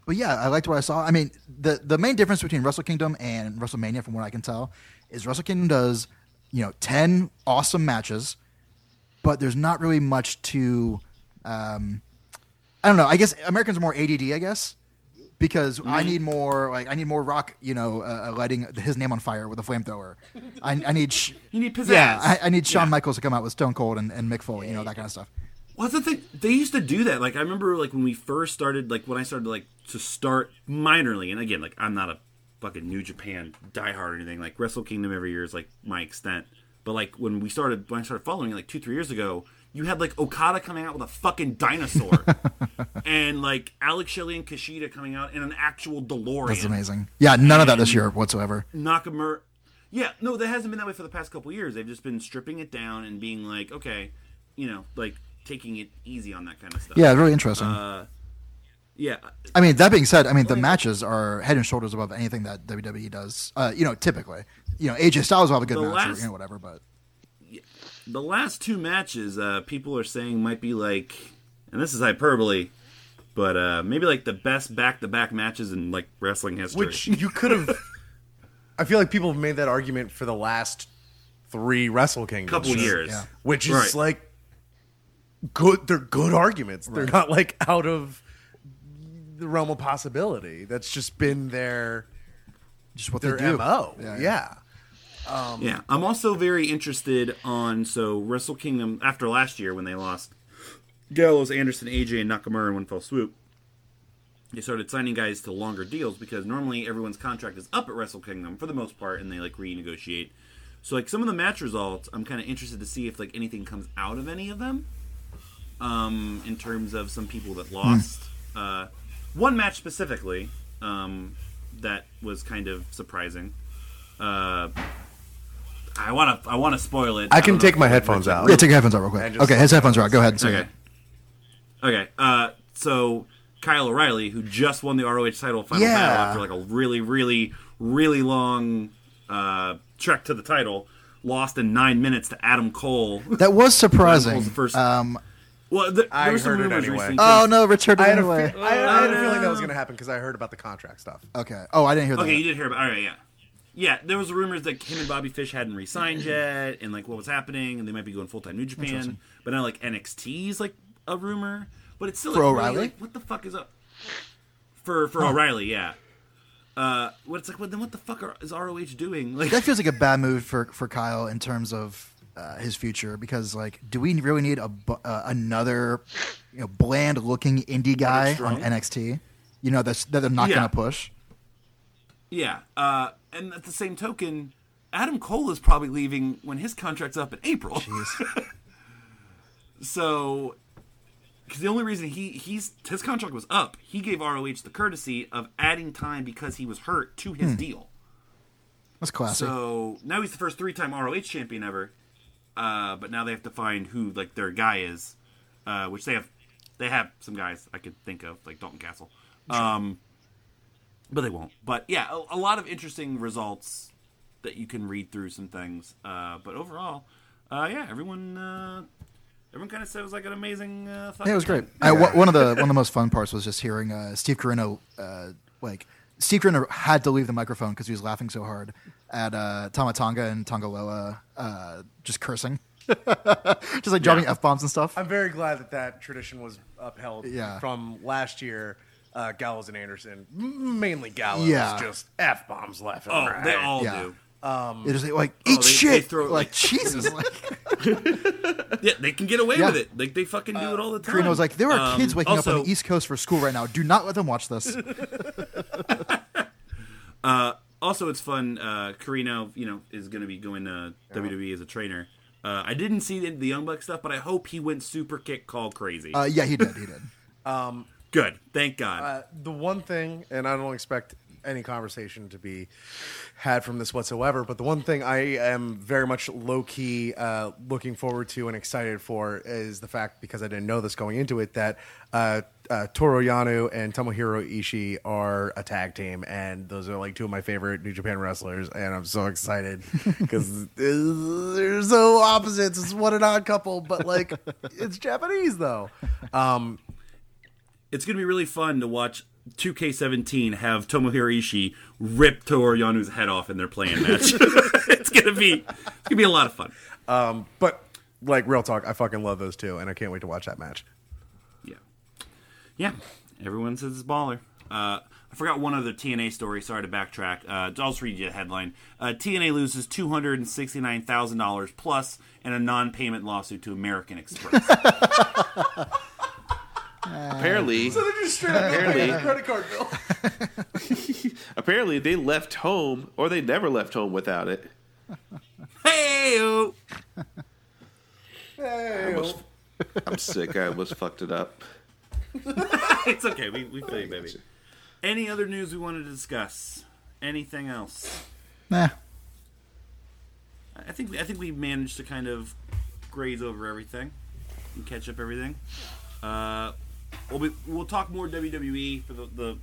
S5: but yeah, I liked what I saw. I mean, the the main difference between Wrestle Kingdom and WrestleMania, from what I can tell, is Wrestle Kingdom does you know ten awesome matches, but there's not really much to. Um, I don't know. I guess Americans are more ADD. I guess because I need more. Like I need more rock. You know, uh, lighting his name on fire with a flamethrower. I, I need. Sh-
S1: You need pizzazz.
S5: yeah, I, I need Shawn Michaels to come out with Stone Cold and, and Mick Foley. You know that kind of stuff.
S1: Well, that's the thing. They used to do that. Like I remember, like when we first started, like when I started, like to start minorly. And again, like I'm not a fucking New Japan diehard or anything. Like Wrestle Kingdom every year is like my extent. But like when we started, when I started following, it, like two three years ago, you had like Okada coming out with a fucking dinosaur, and like Alex Shelley and Kushida coming out in an actual DeLorean.
S5: That's amazing. Yeah, none of that this year whatsoever.
S1: Nakamura. Yeah, no, that hasn't been that way for the past couple years. They've just been stripping it down and being like, okay, you know, like taking it easy on that kind of stuff.
S5: Yeah, really interesting.
S1: Yeah,
S5: I mean, that being said, I mean the matches are head and shoulders above anything that WWE does. Uh, you know, typically, you know, AJ Styles will have a good
S1: The
S5: match or
S1: last-
S5: you know, whatever, but
S1: the last two matches uh, people are saying might be like and this is hyperbole but uh, maybe like the best back-to-back matches in like wrestling history
S6: Which you could have. I feel like people have made that argument for the last three Wrestle Kingdoms.
S1: couple years
S5: yeah.
S6: which is
S1: Right.
S6: like good. They're good arguments. They're not like out of the realm of possibility. That's just been their
S5: just what
S6: their
S5: they do.
S6: mo. Yeah,
S1: yeah i'm also very interested on so wrestle kingdom after last year when they lost gallows anderson aj and nakamura in one fell swoop they started signing guys to longer deals because normally everyone's contract is up at wrestle kingdom for the most part and they like renegotiate so like some of the match results i'm kind of interested to see if like anything comes out of any of them um, in terms of some people
S6: Hmm.
S1: that lost. Uh, one match specifically um, that was kind of surprising. Uh, I want to I want to spoil it.
S6: I
S1: don't
S6: can
S1: know
S6: take
S1: if-
S6: my headphones out.
S5: Yeah, take your headphones out real quick.
S6: just-
S5: okay, his headphones are out. Go ahead. And say
S1: Okay.
S5: it.
S1: Okay. Uh, so Kyle O'Reilly, who just won the ROH title final
S5: Yeah.
S1: battle after like a really, really, really long uh, trek to the title, lost in nine minutes to Adam Cole.
S5: That was surprising.
S1: Cole's the first-
S5: Um,
S1: well, th- there
S6: I
S1: were some
S6: heard it
S1: rumors
S6: anyway.
S1: recently.
S5: oh no, Richard
S6: I had, a fe-
S5: anyway.
S6: I- I
S1: Oh,
S6: had a feeling that was going to happen because I heard about the contract stuff.
S5: Okay. Oh, I didn't hear that.
S1: Okay, you did hear about. All right, yeah, yeah. There was rumors that him and Bobby Fish hadn't re-signed yet, and like what was happening, and they might be going full time New Japan. But now like NXT's like a rumor, but it's still like,
S5: For
S1: really,
S5: O'Reilly?
S1: like, what the fuck is up for for O'Reilly? Yeah. Uh, what it's like? Well, then what the fuck are, is ROH doing? Like,
S5: that feels like a bad move for for Kyle in terms of uh, his future because like, do we really need a bu- uh, another you know bland looking indie guy on
S1: Strong?
S5: NXT? You know that's that they're not
S1: Yeah.
S5: going to push.
S1: yeah. Uh, and at the same token, Adam Cole is probably leaving when his contract's up in April. so, because the only reason he he's his contract was up, he gave ROH the courtesy of adding time because he was hurt to his deal.
S5: That's classic.
S1: So now he's the first three-time ROH champion ever. Uh, but now they have to find who like their guy is, uh, which they have. They have some guys I could think of, like Dalton Castle. Um, but they won't. But yeah, a, a lot of interesting results that you can read through some things. Uh, but overall, uh, yeah, everyone, uh, everyone kind of said it was like an amazing. Uh,
S5: Yeah, it was great. I, one one of the one of the most fun parts was just hearing uh, Steve Carino. Uh, like Steve Carino had to leave the microphone because he was laughing so hard at uh, Tama Tonga and Tongaloa uh, just cursing, just like dropping f bombs and stuff.
S6: I'm very glad that that tradition was upheld
S5: Yeah.
S6: from last year. Uh, Gallows and Anderson, M- mainly Gallows,
S5: Yeah.
S6: just f bombs left. and
S1: Oh,
S6: right.
S1: they all
S5: Yeah.
S1: do.
S5: It was like eat
S1: Oh, they- they
S5: shit.
S1: throw it
S5: like,
S1: like-
S5: Jesus. like,
S1: Yeah, they can get away
S5: Yeah.
S1: with it. Like they fucking do it all the time.
S5: Carino was like, there are
S1: Um,
S5: kids waking up
S1: also-
S5: on the East Coast for school right now. Do not let them watch this.
S1: Also, it's fun. Uh, Carino, you know, is going to be going to WWE as a trainer. Uh, I didn't see the, the Young Buck stuff, but I hope he went super kick call crazy.
S5: Uh, yeah, he did. He did.
S1: Good, thank God.
S6: Uh, the one thing, and I don't expect any conversation to be had from this whatsoever, but the one thing I am very much low key uh, looking forward to and excited for is the fact, because I didn't know this going into it, that uh, uh, Toru Yano and Tomohiro Ishii are a tag team, and those are like two of my favorite New Japan wrestlers, and I'm so excited because they're so opposites. It's what an odd couple, but like it's Japanese though. Um,
S1: it's going to be really fun to watch 2K17 have Tomohiro Ishii rip Toru Yanu's head off in their playing match. it's going to be it's going to be a lot of fun.
S6: But like real talk, I fucking love those two, and I can't wait to watch that match.
S1: Yeah. Yeah. Everyone says it's baller. Uh, I forgot one other TNA story. Sorry to backtrack. Uh, I'll just read you the headline. Uh, TNA loses $269,000 plus and a non payment lawsuit to American Express.
S3: Apparently,
S6: They're just straight up
S3: Apparently.
S6: credit card bill.
S3: apparently they left home, or they never left home without it.
S1: hey!
S3: I'm sick. I almost fucked it up.
S1: It's okay. We, we play, baby. Any other news we wanted to discuss? Anything else?
S5: Nah.
S1: I think we, I think we managed to kind of graze over everything and catch up everything. Uh, we'll be, we'll talk more WWE for the, the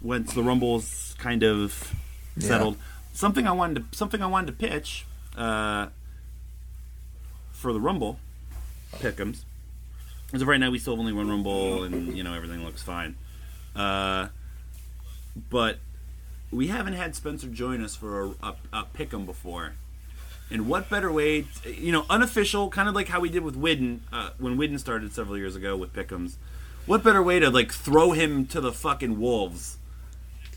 S1: once the Rumble's kind of settled. Something I wanted to something I wanted to pitch uh, for the Rumble pickums. As of right now, we still have only one Rumble, and you know everything looks fine. Uh, but we haven't had Spencer join us for a, a, a pick'em before. And what better way, t- you know, unofficial, kind of like how we did with Widden uh, when Widden started several years ago with Pickums. What better way to like throw him to the fucking wolves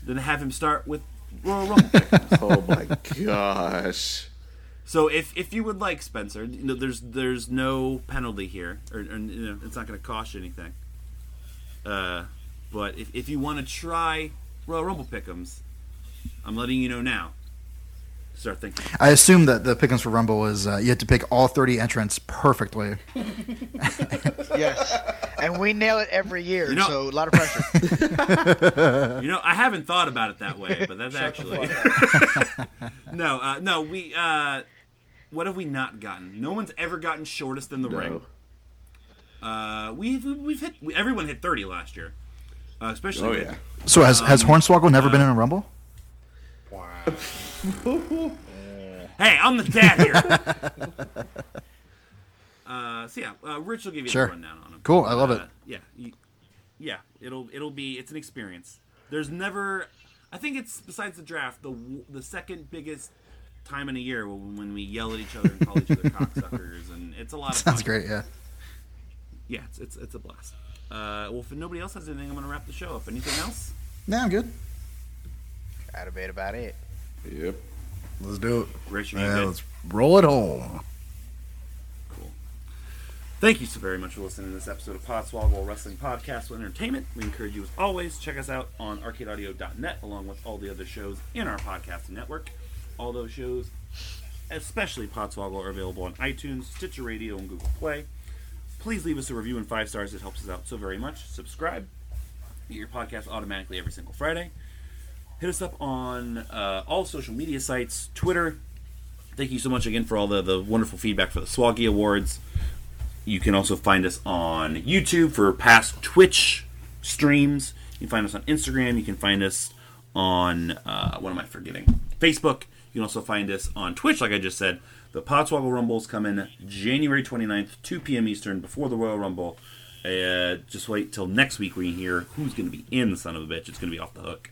S1: than to have him start with Royal Rumble? pick?
S3: Oh my gosh.
S1: so if if you would like Spencer, you know, there's there's no penalty here, or, or you know, it's not going to cost you anything. Uh, but if if you want to try Royal Rumble Pickums, I'm letting you know now. Start thinking.
S5: I assume that the pickings for Rumble is uh, you had to pick all 30 entrants perfectly.
S4: Yes, and we nail it every year,
S1: You know-
S4: so a lot of pressure.
S1: You know, I haven't thought about it that way, but that's actually no, uh, no. We uh, what have we not gotten? No one's ever gotten shortest in the ring.
S3: No.
S1: Uh, we've we've hit we, everyone hit thirty last year, uh, especially
S3: Oh
S1: with-
S3: yeah.
S5: So has, has
S1: Um,
S5: Hornswoggle never
S1: uh,
S5: been in a Rumble?
S1: Hey, I'm the dad here. uh, so yeah, uh, Rich will give you
S5: Sure.
S1: the rundown on him.
S5: Cool, I love
S1: Uh,
S5: it.
S1: Yeah, you- yeah. It'll it'll be it's an experience. There's never, I think it's besides the draft, the w- the second biggest time in a year when, when we yell at each other and call each other cocksuckers, and it's a lot of fun.
S5: That's great, yeah.
S1: Yeah, it's it's, it's a blast. Uh, well, if nobody else has anything, I'm gonna wrap the show up. Anything else?
S5: Nah, I'm good.
S4: Out of bed about it.
S3: Yep.
S6: Let's do it.
S1: Rich, you
S6: Yeah,
S1: good?
S6: let's roll it home.
S1: Cool. Thank you so very much for listening to this episode of Podswoggle Wrestling Podcast with Entertainment. We encourage you, as always, check us out on arcadeaudio.net along with all the other shows in our podcast network. All those shows especially Potswoggle, are available on iTunes, Stitcher Radio, and Google Play. Please leave us a review and five stars. It helps us out so very much. Subscribe. Get your podcast automatically every single Friday. Hit us up on uh, all social media sites Twitter. Thank you so much again for all the, the wonderful feedback for the Swaggy Awards. You can also find us on YouTube for past Twitch streams. You can find us on Instagram. You can find us on, uh, what am I forgetting? Facebook. You can also find us on Twitch, like I just said. The Potswoggle Rumbles come in January 29th, 2 p.m. Eastern, before the Royal Rumble. Uh, just wait till next week where you hear who's going to be in the son of a bitch. It's going to be off the hook.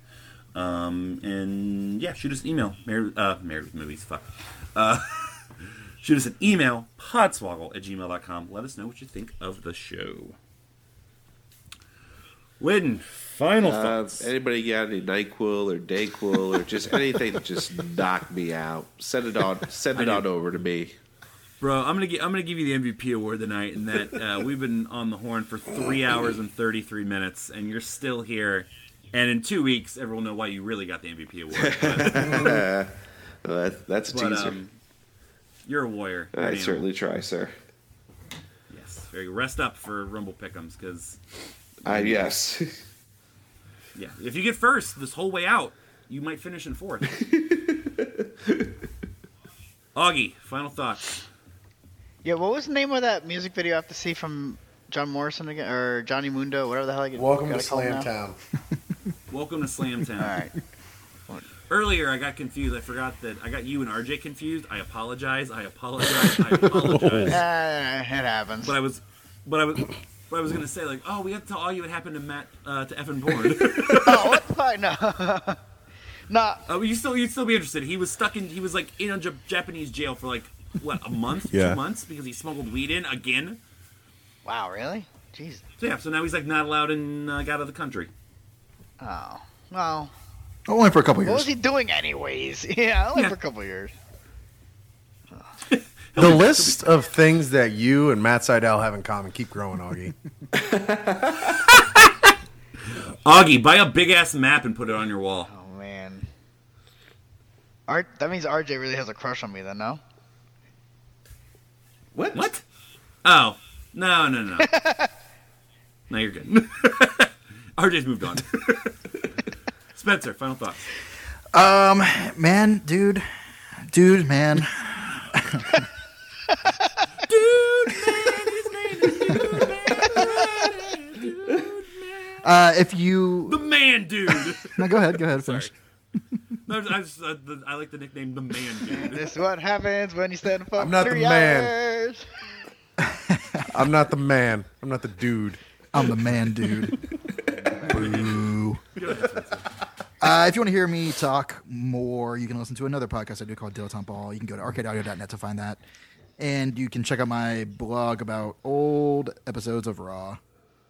S1: Um, and yeah, shoot us an email. Married, uh, married with movies, fuck. Uh, shoot us an email, podswoggle at gmail.com. Let us know what you think of the show. Lynn, final
S3: Uh,
S1: thoughts.
S3: anybody got any Nyquil or Dayquil or just anything to just knock me out? Send it on. Send it on over to me.
S1: Bro, I'm gonna gi- I'm gonna give you the MVP award tonight, and that uh, we've been on the horn for three hours and 33 minutes, and you're still here. And in two weeks, everyone will know why you really got the MVP award.
S3: Uh, that, that's a
S1: But,
S3: teaser.
S1: um, you're a warrior. You're an
S3: I
S1: animal.
S3: certainly try, sir.
S1: Yes. Very rest up for Rumble Pickums, because
S3: I yes.
S1: yeah, if you get first this whole way out, you might finish in fourth. Augie, final thoughts.
S4: Yeah, what was the name of that music video I have to see from John Morrison again or Johnny Mundo, whatever the hell I get.
S6: Welcome to
S4: gotta call him now?
S6: Slam Town.
S1: Welcome to Slamtown.
S4: All right.
S1: Earlier, I got confused. I forgot that I got you and RJ confused. I apologize. I apologize. I apologize.
S4: Uh, it happens.
S1: But I was, but I was, but I was gonna say like, oh, we have to tell all you what happened to Matt uh, to Evan Bourne.
S4: oh, what the fuck? No. no,
S1: uh, you still, you'd still be interested. He was stuck in, he was like in a Jap- Japanese jail for like what a month,
S7: Yeah.
S1: two months because he smuggled weed in again.
S4: wow, really? Jeez.
S1: So yeah, so now he's like not allowed in, uh, out of the country.
S4: Oh, well,
S5: Only for a couple
S4: what was
S5: years.
S4: he doing anyways? Yeah, only
S1: Yeah.
S4: for a couple years.
S6: The list of things that you and Matt Seidel have in common keep growing, Augie.
S1: Augie, buy a big ass map and put it on your wall.
S4: Oh man. R- that means RJ really has a crush on me, then, no?
S3: What?
S1: What? Oh, no, no, no. no, you're good. RJ's moved on. Spencer, final thoughts.
S5: Man, dude, dude, man. Uh, if you
S1: The man, dude.
S5: no, go ahead, go ahead, finish.
S1: No, I, just, uh, the, I like the nickname the man dude.
S4: This is what happens when you stand for
S6: I'm not the
S4: three
S6: man.
S4: hours.
S6: I'm not the man. I'm not the dude.
S5: I'm the man, dude. Boo. Uh, if you want to hear me talk more, you can listen to another podcast I do called Dilettante Ball. You can go to arcadeaudio.net to find that. And you can check out my blog about old episodes of Raw,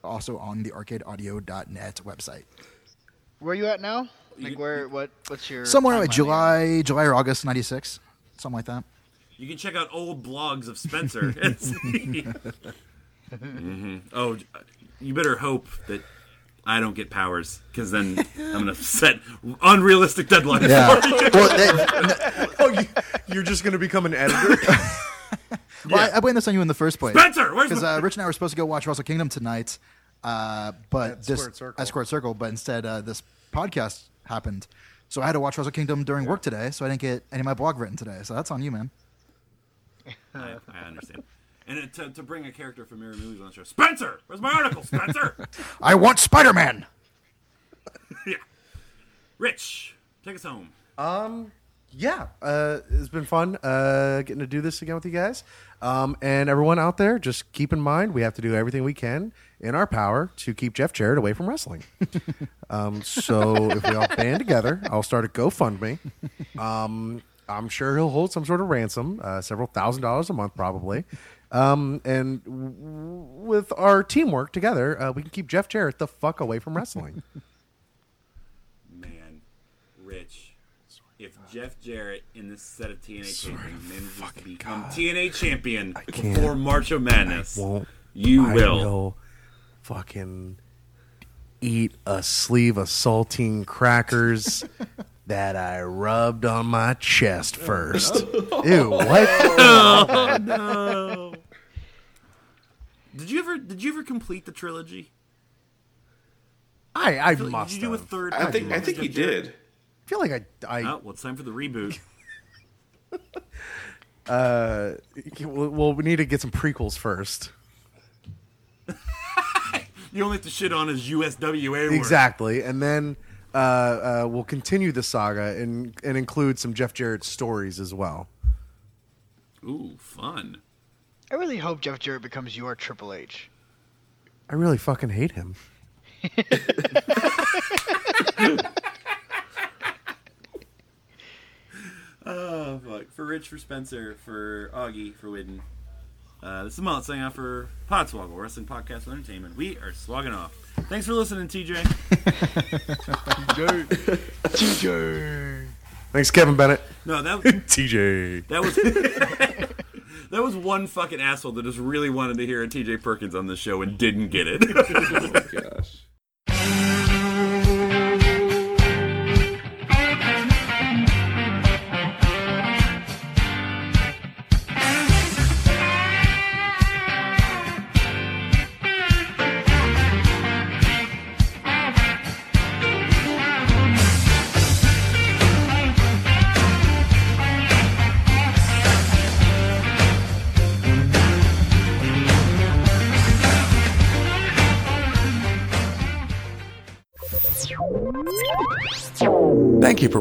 S5: also on the arcadeaudio.net website.
S4: Where you at now? Like where? What? What's your
S5: Somewhere like
S4: timeline?
S5: July, July or August 96, something like that.
S1: You can check out old blogs of Spencer. and see. Oh, you better hope that I don't get powers, because then I'm gonna set unrealistic deadlines.
S5: Yeah.
S1: for you.
S5: well, they,
S6: Oh, you, you're just going to become an editor?
S5: well, I, I blamed this on you in the first place.
S1: Spencer, where's
S5: because
S1: the-
S5: uh, Rich and I were supposed to go watch Wrestle Kingdom tonight, uh, but this
S6: Squared Circle.
S5: at Squared Circle, but instead uh, this podcast happened, so I had to watch Wrestle Kingdom during work today, so I didn't get any of my blog written today. So that's on you, man.
S1: I, I understand. And it, to, to bring a character from Mirror Movies on the show, Spencer, where's my article, Spencer?
S5: I want Spider Man.
S1: yeah. Rich, take us home.
S6: yeah, uh, it's been fun uh, getting to do this again with you guys. Um, and everyone out there, just keep in mind we have to do everything we can in our power to keep Jeff Jarrett away from wrestling. um, so if we all band together, I'll start a GoFundMe. Um, I'm sure he'll hold some sort of ransom, uh, several thousand dollars a month probably. Um, and w- with our teamwork together, uh, we can keep Jeff Jarrett the fuck away from wrestling.
S1: Man, Rich, if Jeff Jarrett in this set of TNA champions manages to become TNA champion
S6: can't.
S1: before March of Madness,
S6: won't.
S1: you
S6: I
S1: will.
S6: fucking eat a sleeve of saltine crackers that I rubbed on my chest first. Ew, what?
S1: Oh, no. Did you ever did you ever complete the trilogy?
S6: I I
S1: Did
S6: must.
S1: you do a
S6: have.
S1: third?
S3: I think I think he did.
S6: I feel like I I
S1: Oh, well, it's time for the reboot.
S6: well, well we need to get some prequels first.
S1: You only have to shit on his USWA. word.
S6: Exactly, and then uh, uh, we'll continue the saga and and include some Jeff Jarrett stories as well.
S1: Ooh, fun.
S4: I really hope Jeff Jarrett becomes your Triple H.
S6: I really fucking hate him.
S1: Oh fuck! For Rich, for Spencer, for Augie, for Widden. Uh, this is Mullet signing off for Podswoggle Wrestling Podcast and Entertainment. We are slogging off. Thanks for listening, TJ.
S6: Thanks, Kevin Bennett.
S1: No, that
S2: TJ.
S1: that was that was one fucking asshole that just really wanted to hear a TJ Perkins on this show and didn't get it.
S3: Oh Gosh.
S7: Thank you for